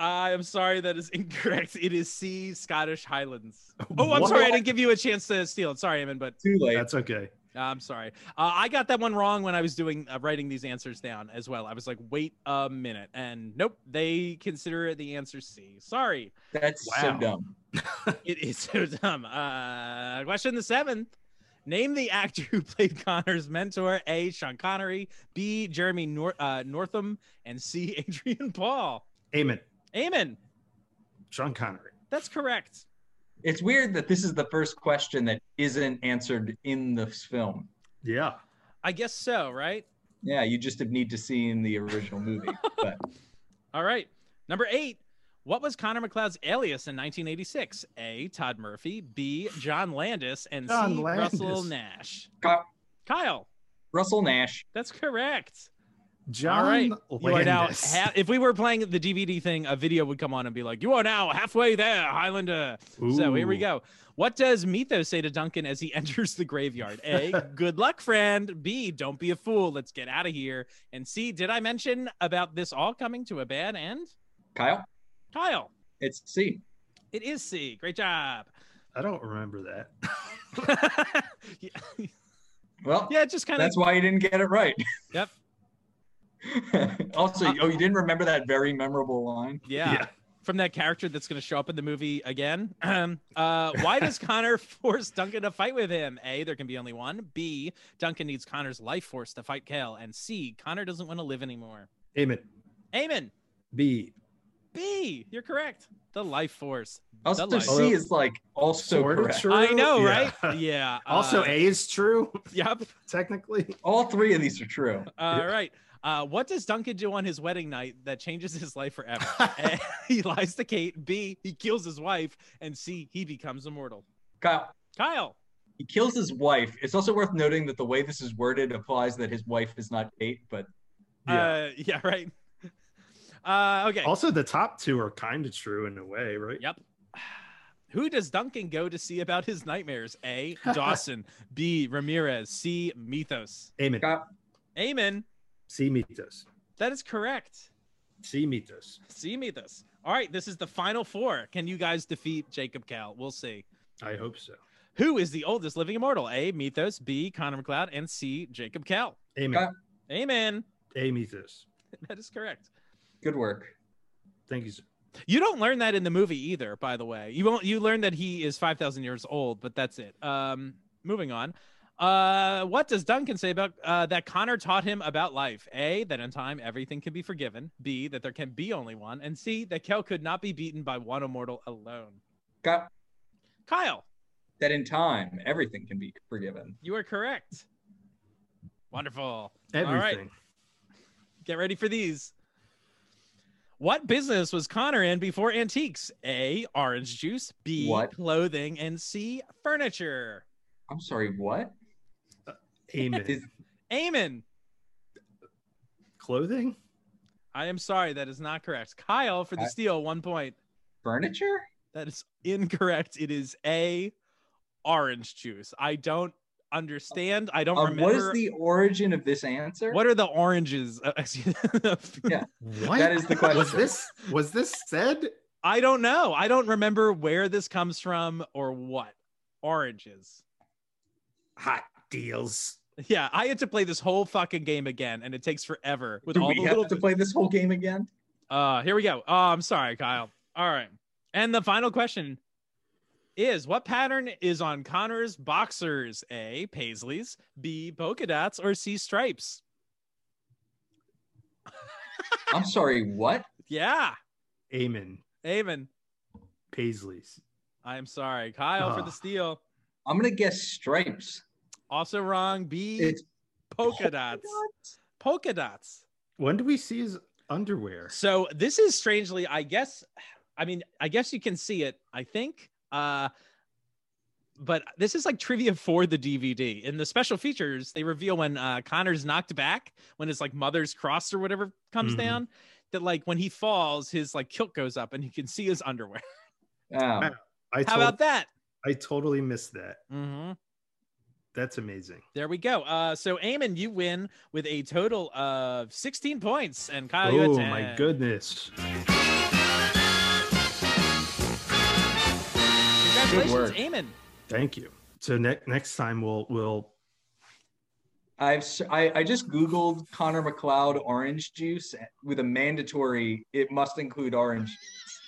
Speaker 3: I am sorry, that is incorrect. It is C. Scottish Highlands. Oh, I'm sorry, I
Speaker 5: What?
Speaker 3: didn't give you a chance to steal it. Sorry, Eamon, but
Speaker 4: Too late.
Speaker 5: That's okay.
Speaker 3: I'm sorry. Uh, I got that one wrong when I was doing uh, writing these answers down as well. I was like, wait a minute, and nope, they consider it the answer C. Sorry,
Speaker 4: That's
Speaker 5: Wow.
Speaker 4: so dumb.
Speaker 3: it is so dumb. Uh, question the seventh. Name the actor who played Connor's mentor: A. Sean Connery, B. Jeremy Nor- uh, Northam, and C. Adrian Paul.
Speaker 5: Amen.
Speaker 3: Amen.
Speaker 5: Sean Connery.
Speaker 3: That's correct.
Speaker 4: It's weird that this is the first question that isn't answered in this film.
Speaker 5: Yeah.
Speaker 3: I guess so, right?
Speaker 4: Yeah, you just need to see in the original movie. But
Speaker 3: All right. Number eight. What was Connor McLeod's alias in 1986? A. Todd Murphy. B. John Landis. And
Speaker 5: John
Speaker 3: C.
Speaker 5: Landis.
Speaker 3: Russell Nash.
Speaker 4: Kyle.
Speaker 3: Kyle.
Speaker 4: Russell Nash,
Speaker 3: That's correct.
Speaker 5: John
Speaker 3: All right. You are now
Speaker 5: Landis.
Speaker 3: ha- if we were playing the DVD thing, a video would come on and be like, "You are now halfway there, Highlander." So here we
Speaker 5: Ooh.
Speaker 3: go. What does Mythos say to Duncan as he enters the graveyard? A. Good luck, friend. B. Don't be a fool. Let's get out of here. And C. Did I mention about this all coming to a bad end?
Speaker 4: Kyle,
Speaker 3: Kyle.
Speaker 4: it's C.
Speaker 3: It is C. Great job.
Speaker 5: I don't remember that.
Speaker 3: yeah,
Speaker 4: Well,
Speaker 3: yeah, just kind of.
Speaker 4: that's why you didn't get it right.
Speaker 3: Yep.
Speaker 4: also,
Speaker 3: Uh,
Speaker 4: oh, you didn't remember that very memorable line?
Speaker 3: Yeah.
Speaker 5: Yeah.
Speaker 3: From that character that's going to show up in the movie again. Um, uh, why does Connor force Duncan to fight with him? A, there can be only one. B, Duncan needs Connor's life force to fight Kale. And C, Connor doesn't want to live anymore.
Speaker 5: Amen.
Speaker 3: Amen.
Speaker 5: B.
Speaker 3: B, you're correct. The life force.
Speaker 4: Also,
Speaker 3: the life.
Speaker 4: C is like also
Speaker 5: Sorta
Speaker 4: correct.
Speaker 5: true.
Speaker 3: I know,
Speaker 5: Yeah.
Speaker 3: right? Yeah.
Speaker 5: Also,
Speaker 3: uh,
Speaker 5: A is true,
Speaker 3: Yep.
Speaker 5: technically.
Speaker 4: All three of these are true.
Speaker 3: All right. Uh, what does Duncan do on his wedding night that changes his life forever? A, he lies to Kate. B, he kills his wife. And C, he becomes immortal.
Speaker 4: Kyle,
Speaker 3: Kyle.
Speaker 4: he kills his wife. It's also worth noting that the way this is worded applies that his wife is not Kate, but
Speaker 5: Yeah.
Speaker 3: Uh, yeah, right. Uh, okay.
Speaker 5: Also, the top two are kind of true in a way, right?
Speaker 3: yep. Who does Duncan go to see about his nightmares? A. Dawson. B. Ramirez. C. Mythos.
Speaker 5: Amen.
Speaker 4: Kyle,
Speaker 3: Amen.
Speaker 5: C mitos.
Speaker 3: That is correct.
Speaker 5: C mitos.
Speaker 3: C. Mythos. All right. This is the final four. Can you guys defeat Jacob Cal? We'll see.
Speaker 5: I hope so.
Speaker 3: Who is the oldest living immortal? A. Mythos. B. Connor McLeod. And C. Jacob Cal.
Speaker 5: Amen.
Speaker 4: Kyle.
Speaker 3: Amen.
Speaker 5: A mitos.
Speaker 3: That is correct.
Speaker 4: good work.
Speaker 5: Thank you. sir.
Speaker 3: You don't learn that in the movie either, by the way. You won't you learn that he is 5000 years old, but that's it. Um moving on. Uh what does Duncan say about uh that Connor taught him about life? A that in time everything can be forgiven, B that there can be only one, and C that Kel could not be beaten by one immortal alone.
Speaker 4: Got
Speaker 3: Kyle,
Speaker 4: that in time everything can be forgiven.
Speaker 3: you are correct. Wonderful.
Speaker 4: Everything.
Speaker 3: All right. Get ready for these. What business was Connor in before antiques? A. Orange juice. B.
Speaker 4: What?
Speaker 3: Clothing. And C. Furniture.
Speaker 4: I'm sorry, what?
Speaker 5: Amen.
Speaker 4: Is-
Speaker 3: Eamon,
Speaker 5: Clothing?
Speaker 3: I am sorry, that is not correct. Kyle for the
Speaker 4: I-
Speaker 3: steal, one point.
Speaker 4: Furniture?
Speaker 3: That is incorrect. It is A. Orange juice. I don't understand. I don't
Speaker 4: Um,
Speaker 3: remember.
Speaker 4: what is the origin of this answer?
Speaker 3: What are the oranges? Uh, excuse-
Speaker 5: What?
Speaker 4: That is the question.
Speaker 5: Was this was this said?
Speaker 3: I don't know. I don't remember where this comes from or what. Oranges.
Speaker 5: Hot deals.
Speaker 3: Yeah, I had to play this whole fucking game again, and it takes forever with
Speaker 4: Do
Speaker 3: all
Speaker 4: we
Speaker 3: the
Speaker 4: have
Speaker 3: little.
Speaker 4: to play this whole game again?
Speaker 3: Uh, here we go. Oh, I'm sorry, Kyle. All right, and the final question is: What pattern is on Connor's boxers? A. Paisleys, B. Polka dots, or C. Stripes?
Speaker 4: I'm sorry, what?
Speaker 3: Yeah,
Speaker 5: Amen.
Speaker 3: Amen.
Speaker 5: Paisley's.
Speaker 3: I am sorry, Kyle, for the
Speaker 5: Ah.
Speaker 3: steal.
Speaker 4: I'm gonna guess stripes.
Speaker 3: Also wrong. B.
Speaker 4: It's
Speaker 3: polka dots. Polka dots.
Speaker 5: When do we see his underwear?
Speaker 3: So this is strangely, I guess, I mean, I guess you can see it, I think. Uh, but this is like trivia for the DVD. In the special features, they reveal when uh, Connor's knocked back, when his like mother's cross or whatever comes
Speaker 5: Mhm.
Speaker 3: down, that like when he falls, his like kilt goes up and you can see his underwear.
Speaker 4: um,
Speaker 5: I
Speaker 3: How
Speaker 5: told,
Speaker 3: about that?
Speaker 5: I totally missed that.
Speaker 3: Mm-hmm.
Speaker 5: That's amazing.
Speaker 3: There we go. Uh, so Eamon, you win with a total of 16 points, and Kyle, you
Speaker 5: oh
Speaker 3: had 10.
Speaker 5: my goodness.
Speaker 3: Congratulations,
Speaker 4: work.
Speaker 3: Eamon.
Speaker 5: Thank you. So ne- next time we'll we'll
Speaker 4: I've s- I, I just googled Connor McLeod orange juice with a mandatory. It must include orange juice,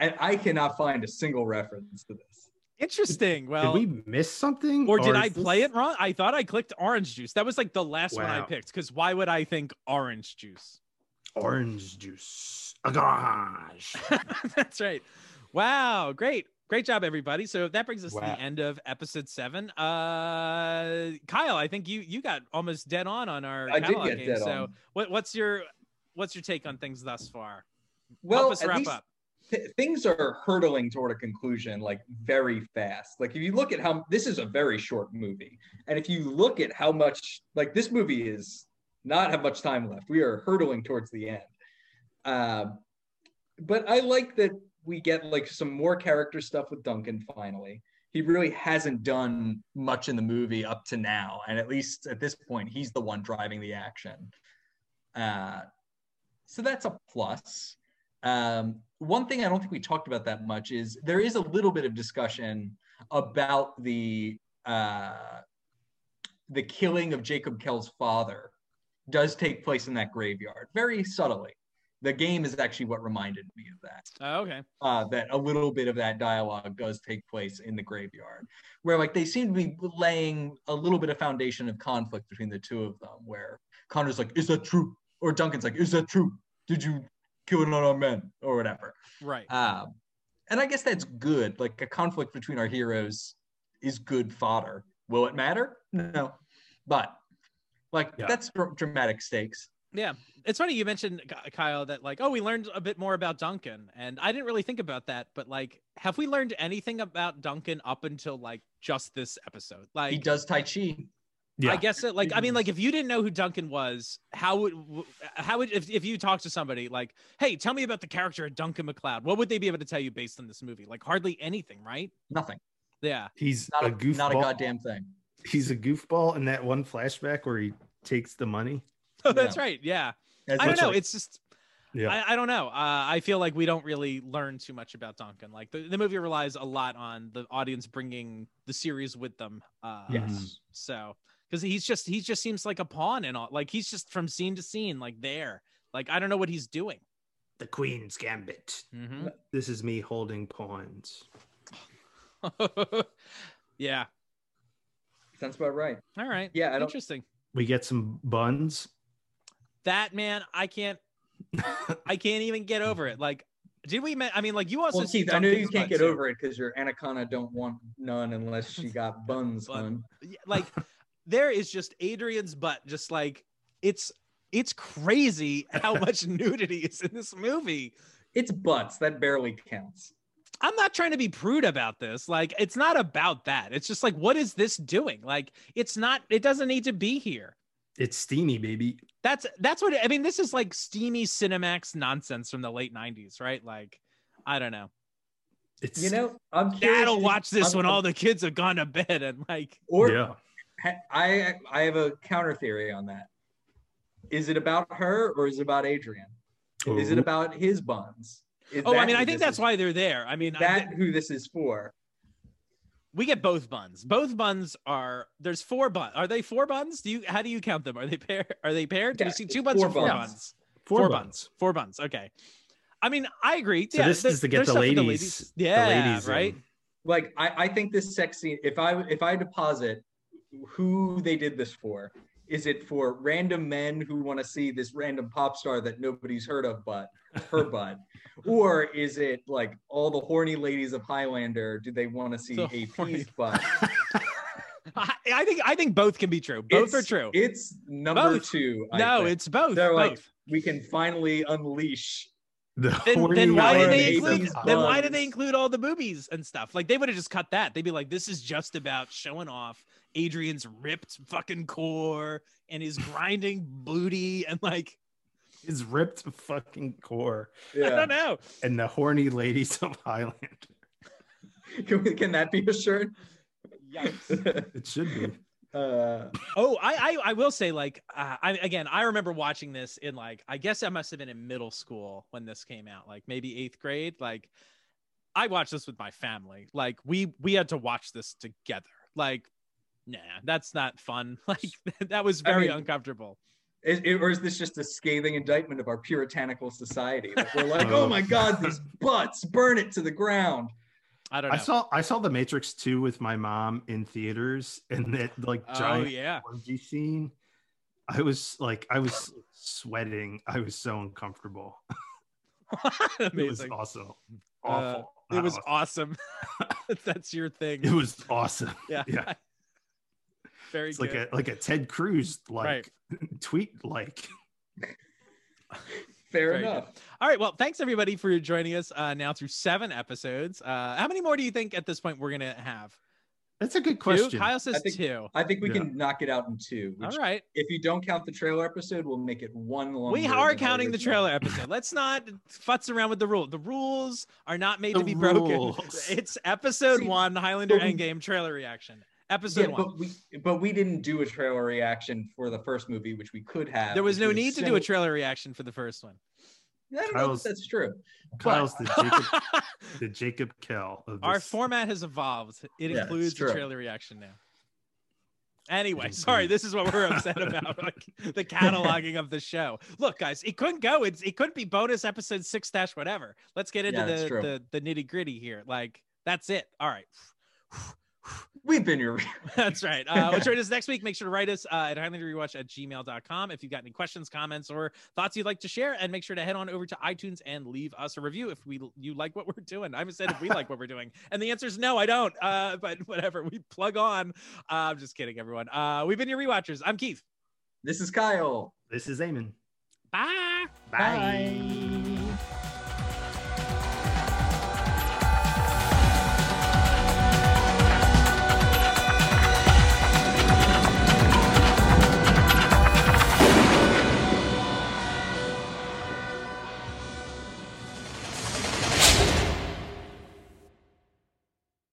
Speaker 4: and I cannot find a single reference to this.
Speaker 3: Interesting. Well,
Speaker 5: did we miss something?
Speaker 3: Or did I
Speaker 5: is this-
Speaker 3: play it wrong? I thought I clicked orange juice. That was like the last one I
Speaker 5: Wow.
Speaker 3: picked because why would I think orange juice?
Speaker 5: Orange juice. Oh, A garage.
Speaker 3: That's right. Wow, great. Great job, everybody. So that brings us to
Speaker 4: Wow.
Speaker 3: the end of episode seven. Uh Kyle, I think you you got almost dead on on our
Speaker 4: I did
Speaker 3: catalog
Speaker 4: get
Speaker 3: game.
Speaker 4: dead
Speaker 3: so
Speaker 4: on.
Speaker 3: what, what's your what's your take on things thus far?
Speaker 4: Well,
Speaker 3: Help us
Speaker 4: at
Speaker 3: wrap
Speaker 4: least
Speaker 3: up.
Speaker 4: th- things are hurtling toward a conclusion like very fast. Like if you look at how this is a very short movie, and if you look at how much like this movie is not have much time left. We are hurtling towards the end. Um, but I like that we get like some more character stuff with Duncan finally. He really hasn't done much in the movie up to now, and at least at this point, he's the one driving the action. Uh, so that's a plus. Um, one thing I don't think we talked about that much is there is a little bit of discussion about the uh, the killing of Jacob Kell's father does take place in that graveyard, very subtly. The game is actually what reminded me of that
Speaker 3: Oh, okay.
Speaker 4: uh, that a little bit of that dialogue does take place in the graveyard, where like they seem to be laying a little bit of foundation of conflict between the two of them, where Connor's like, "Is that true?" or Duncan's like, "Is that true? Did you kill an unarmed man?" or whatever.
Speaker 3: Right.
Speaker 4: Um, and I guess that's good. Like a conflict between our heroes is good fodder. Will it matter? No, but like
Speaker 5: Yeah.
Speaker 4: that's dr- dramatic stakes.
Speaker 3: It's funny you mentioned Ky- Kyle that like oh we learned a bit more about Duncan and I didn't really think about that but like have we learned anything about Duncan up until like just this episode like
Speaker 4: he does tai chi.
Speaker 3: I
Speaker 5: Yeah.
Speaker 3: guess it, like I mean like if you didn't know who Duncan was how would w- how would if, if you talked to somebody like hey tell me about the character of Duncan McLeod what would they be able to tell you based on this movie like hardly anything right
Speaker 4: Nothing.
Speaker 3: yeah
Speaker 5: He's
Speaker 4: Not
Speaker 5: a,
Speaker 4: a,
Speaker 5: goofball.
Speaker 4: not a goddamn thing.
Speaker 5: He's a goofball in that one flashback where he takes the money.
Speaker 3: that's right yeah
Speaker 4: As
Speaker 3: I don't
Speaker 4: much
Speaker 3: know
Speaker 4: as-
Speaker 3: it's just
Speaker 5: Yeah.
Speaker 3: I, I don't know. Uh, I feel like we don't really learn too much about Duncan. Like the, the movie relies a lot on the audience bringing the series with them. Uh,
Speaker 5: Yes.
Speaker 3: So because he's just he just seems like a pawn and all. Like he's just from scene to scene, like there. Like I don't know what he's doing.
Speaker 11: the Queen's Gambit.
Speaker 3: Mhm.
Speaker 5: This is me holding pawns.
Speaker 3: yeah.
Speaker 4: Sounds about right.
Speaker 3: All right.
Speaker 4: Yeah, I don't-
Speaker 3: Interesting.
Speaker 5: We get some buns.
Speaker 3: That man, I can't. I can't even get over it. Like, did we? Me- I mean, like you also.
Speaker 4: Well, Keith, I know you can't get over it because your anaconda don't want none unless she got buns, hun.
Speaker 3: it. Like, there is just Adrian's butt. Just like it's it's crazy how much nudity is in this movie.
Speaker 4: It's butts that barely counts.
Speaker 3: I'm not trying to be prude about this. Like, it's not about that. It's just like, what is this doing? Like, it's not. It doesn't need to be here.
Speaker 5: It's steamy, baby.
Speaker 3: That's that's what I mean. This is like steamy Cinemax nonsense from the late '90s, right? Like, I don't know.
Speaker 5: It's
Speaker 4: you know, I'm curious
Speaker 3: Dad'll
Speaker 4: if-
Speaker 3: watch this
Speaker 4: I'm-
Speaker 3: when all the kids have gone to bed and like.
Speaker 4: Or ha- I I have a counter theory on that. Is it about her or is it about Adrian? Is it
Speaker 5: Oh,
Speaker 3: Ooh.
Speaker 4: about his buns? Is
Speaker 3: oh, I
Speaker 4: that
Speaker 3: mean,
Speaker 4: who
Speaker 3: I think
Speaker 4: this
Speaker 3: that's
Speaker 4: is-
Speaker 3: why they're there. I mean, I
Speaker 4: that
Speaker 3: thi-
Speaker 4: who this is for.
Speaker 3: we get both buns. Both buns are there's four buns. Are they four buns? Do you how do you count them? Are they pair? Are they paired? Do we
Speaker 5: Yeah,
Speaker 3: see
Speaker 5: it's
Speaker 3: two buns
Speaker 5: four
Speaker 3: or four
Speaker 5: buns.
Speaker 3: buns?
Speaker 5: Four
Speaker 3: Four
Speaker 5: buns.
Speaker 3: buns. Four buns. Okay. I mean, I agree.
Speaker 5: So
Speaker 3: yeah,
Speaker 5: this
Speaker 3: there-
Speaker 5: is to get
Speaker 3: there's
Speaker 5: the
Speaker 3: stuff for
Speaker 5: ladies, the
Speaker 3: Yeah,
Speaker 5: ladies in.
Speaker 3: right.
Speaker 4: Like I, I think this sex scene, if I if I deposit who they did this for, is it for random men who want to see this random pop star that nobody's heard of but her butt? Or is it like all the horny ladies of Highlander? Do they want to see
Speaker 3: The
Speaker 4: AP's butt?
Speaker 3: I, I think I think both can be true. Both
Speaker 4: It's-
Speaker 3: are true.
Speaker 4: It's number
Speaker 3: Both.
Speaker 4: two. I
Speaker 3: No,
Speaker 4: think.
Speaker 3: it's both,
Speaker 4: They're like,
Speaker 3: both.
Speaker 4: we can finally unleash.
Speaker 3: Then, then why did they
Speaker 4: horny
Speaker 3: include?
Speaker 4: AP's
Speaker 3: Then why did
Speaker 4: buns.
Speaker 3: they include all the boobies and stuff? Like they would have just cut that. They'd be like, "This is just about showing off Adrian's ripped fucking core and his grinding booty and like
Speaker 5: His ripped fucking core
Speaker 3: I don't know."
Speaker 5: and the horny ladies of Highland.
Speaker 4: Can, we- can that be a shirt?
Speaker 5: It should be.
Speaker 4: Uh,
Speaker 3: oh, I, I I will say like uh, I again I remember watching this in like I guess I must have been in middle school when this came out, like maybe eighth grade. Like I watched this with my family. Like we we had to watch this together. Like nah, that's not fun. Like that was
Speaker 4: I
Speaker 3: very
Speaker 4: mean-
Speaker 3: uncomfortable.
Speaker 4: Is, it- or is this just a scathing indictment of our puritanical society? Like, we're like, oh my God, these butts, burn it to the ground.
Speaker 3: I don't
Speaker 5: I saw I saw The Matrix 2 with my mom in theaters and that like giant
Speaker 3: Oh, yeah.
Speaker 5: orgy scene. I was like I was sweating. I was so uncomfortable. It was
Speaker 3: Amazing.
Speaker 5: awesome.
Speaker 3: Uh,
Speaker 5: Awful.
Speaker 3: it
Speaker 5: Not
Speaker 3: was
Speaker 5: awesome.
Speaker 3: awesome. that's your thing.
Speaker 5: It was awesome.
Speaker 3: Yeah.
Speaker 5: Yeah.
Speaker 3: Very
Speaker 5: It's
Speaker 3: good.
Speaker 5: like a like a Ted Cruz like tweet like.
Speaker 4: Fair
Speaker 3: Very
Speaker 4: enough.
Speaker 3: good. All right. Well, thanks everybody for joining us uh, now through seven episodes. Uh, how many more do you think at this point we're gonna have?
Speaker 5: That's a good
Speaker 3: Two? Kyle says
Speaker 4: I think,
Speaker 3: two.
Speaker 4: I think we
Speaker 5: Yeah.
Speaker 4: can knock it out in two.
Speaker 3: All right.
Speaker 4: If you don't count the trailer episode, we'll make it one long.
Speaker 3: we are counting the trailer episode. Let's not futz around with the rule. The rules are not made to
Speaker 5: The
Speaker 3: be broken.
Speaker 5: rules.
Speaker 3: It's episode
Speaker 4: See,
Speaker 3: one, Highlander
Speaker 4: but we-
Speaker 3: Endgame trailer reaction.
Speaker 4: Yeah,
Speaker 3: Episode one.
Speaker 4: but we but we didn't do a trailer reaction for the first movie, which we could have.
Speaker 3: There was
Speaker 4: which
Speaker 3: no need to do a
Speaker 4: similar-
Speaker 3: trailer reaction for the first one.
Speaker 4: I don't know if
Speaker 5: Kyle's-
Speaker 4: that's true.
Speaker 5: Kyle's the Jacob the Jacob Kell of
Speaker 3: Our
Speaker 5: this.
Speaker 3: format has evolved. It
Speaker 5: Yeah, it's
Speaker 3: includes the
Speaker 5: true.
Speaker 3: trailer reaction now. Anyway, sorry, this is what we're upset about. Like, the cataloging of the show. Look, guys, it couldn't go. It's it couldn't be bonus episode six dash whatever. Let's get into
Speaker 4: Yeah, that's true.
Speaker 3: the, the the nitty gritty here. Like that's it. All right.
Speaker 4: We've been your
Speaker 3: That's right. Uh, we'll join us next week. Make sure to write us uh, at highlanderrewatch at gmail.com if you've got any questions, comments, or thoughts you'd like to share. And make sure to head on over to iTunes and leave us a review if we you like what we're doing. I haven't said if we like what we're doing. And the answer is no, I don't. Uh, but whatever, we plug on. Uh, I'm just kidding, everyone. Uh, we've been your rewatchers. I'm Keith.
Speaker 4: This is Kyle.
Speaker 5: This is Eamon.
Speaker 3: Bye.
Speaker 5: Bye.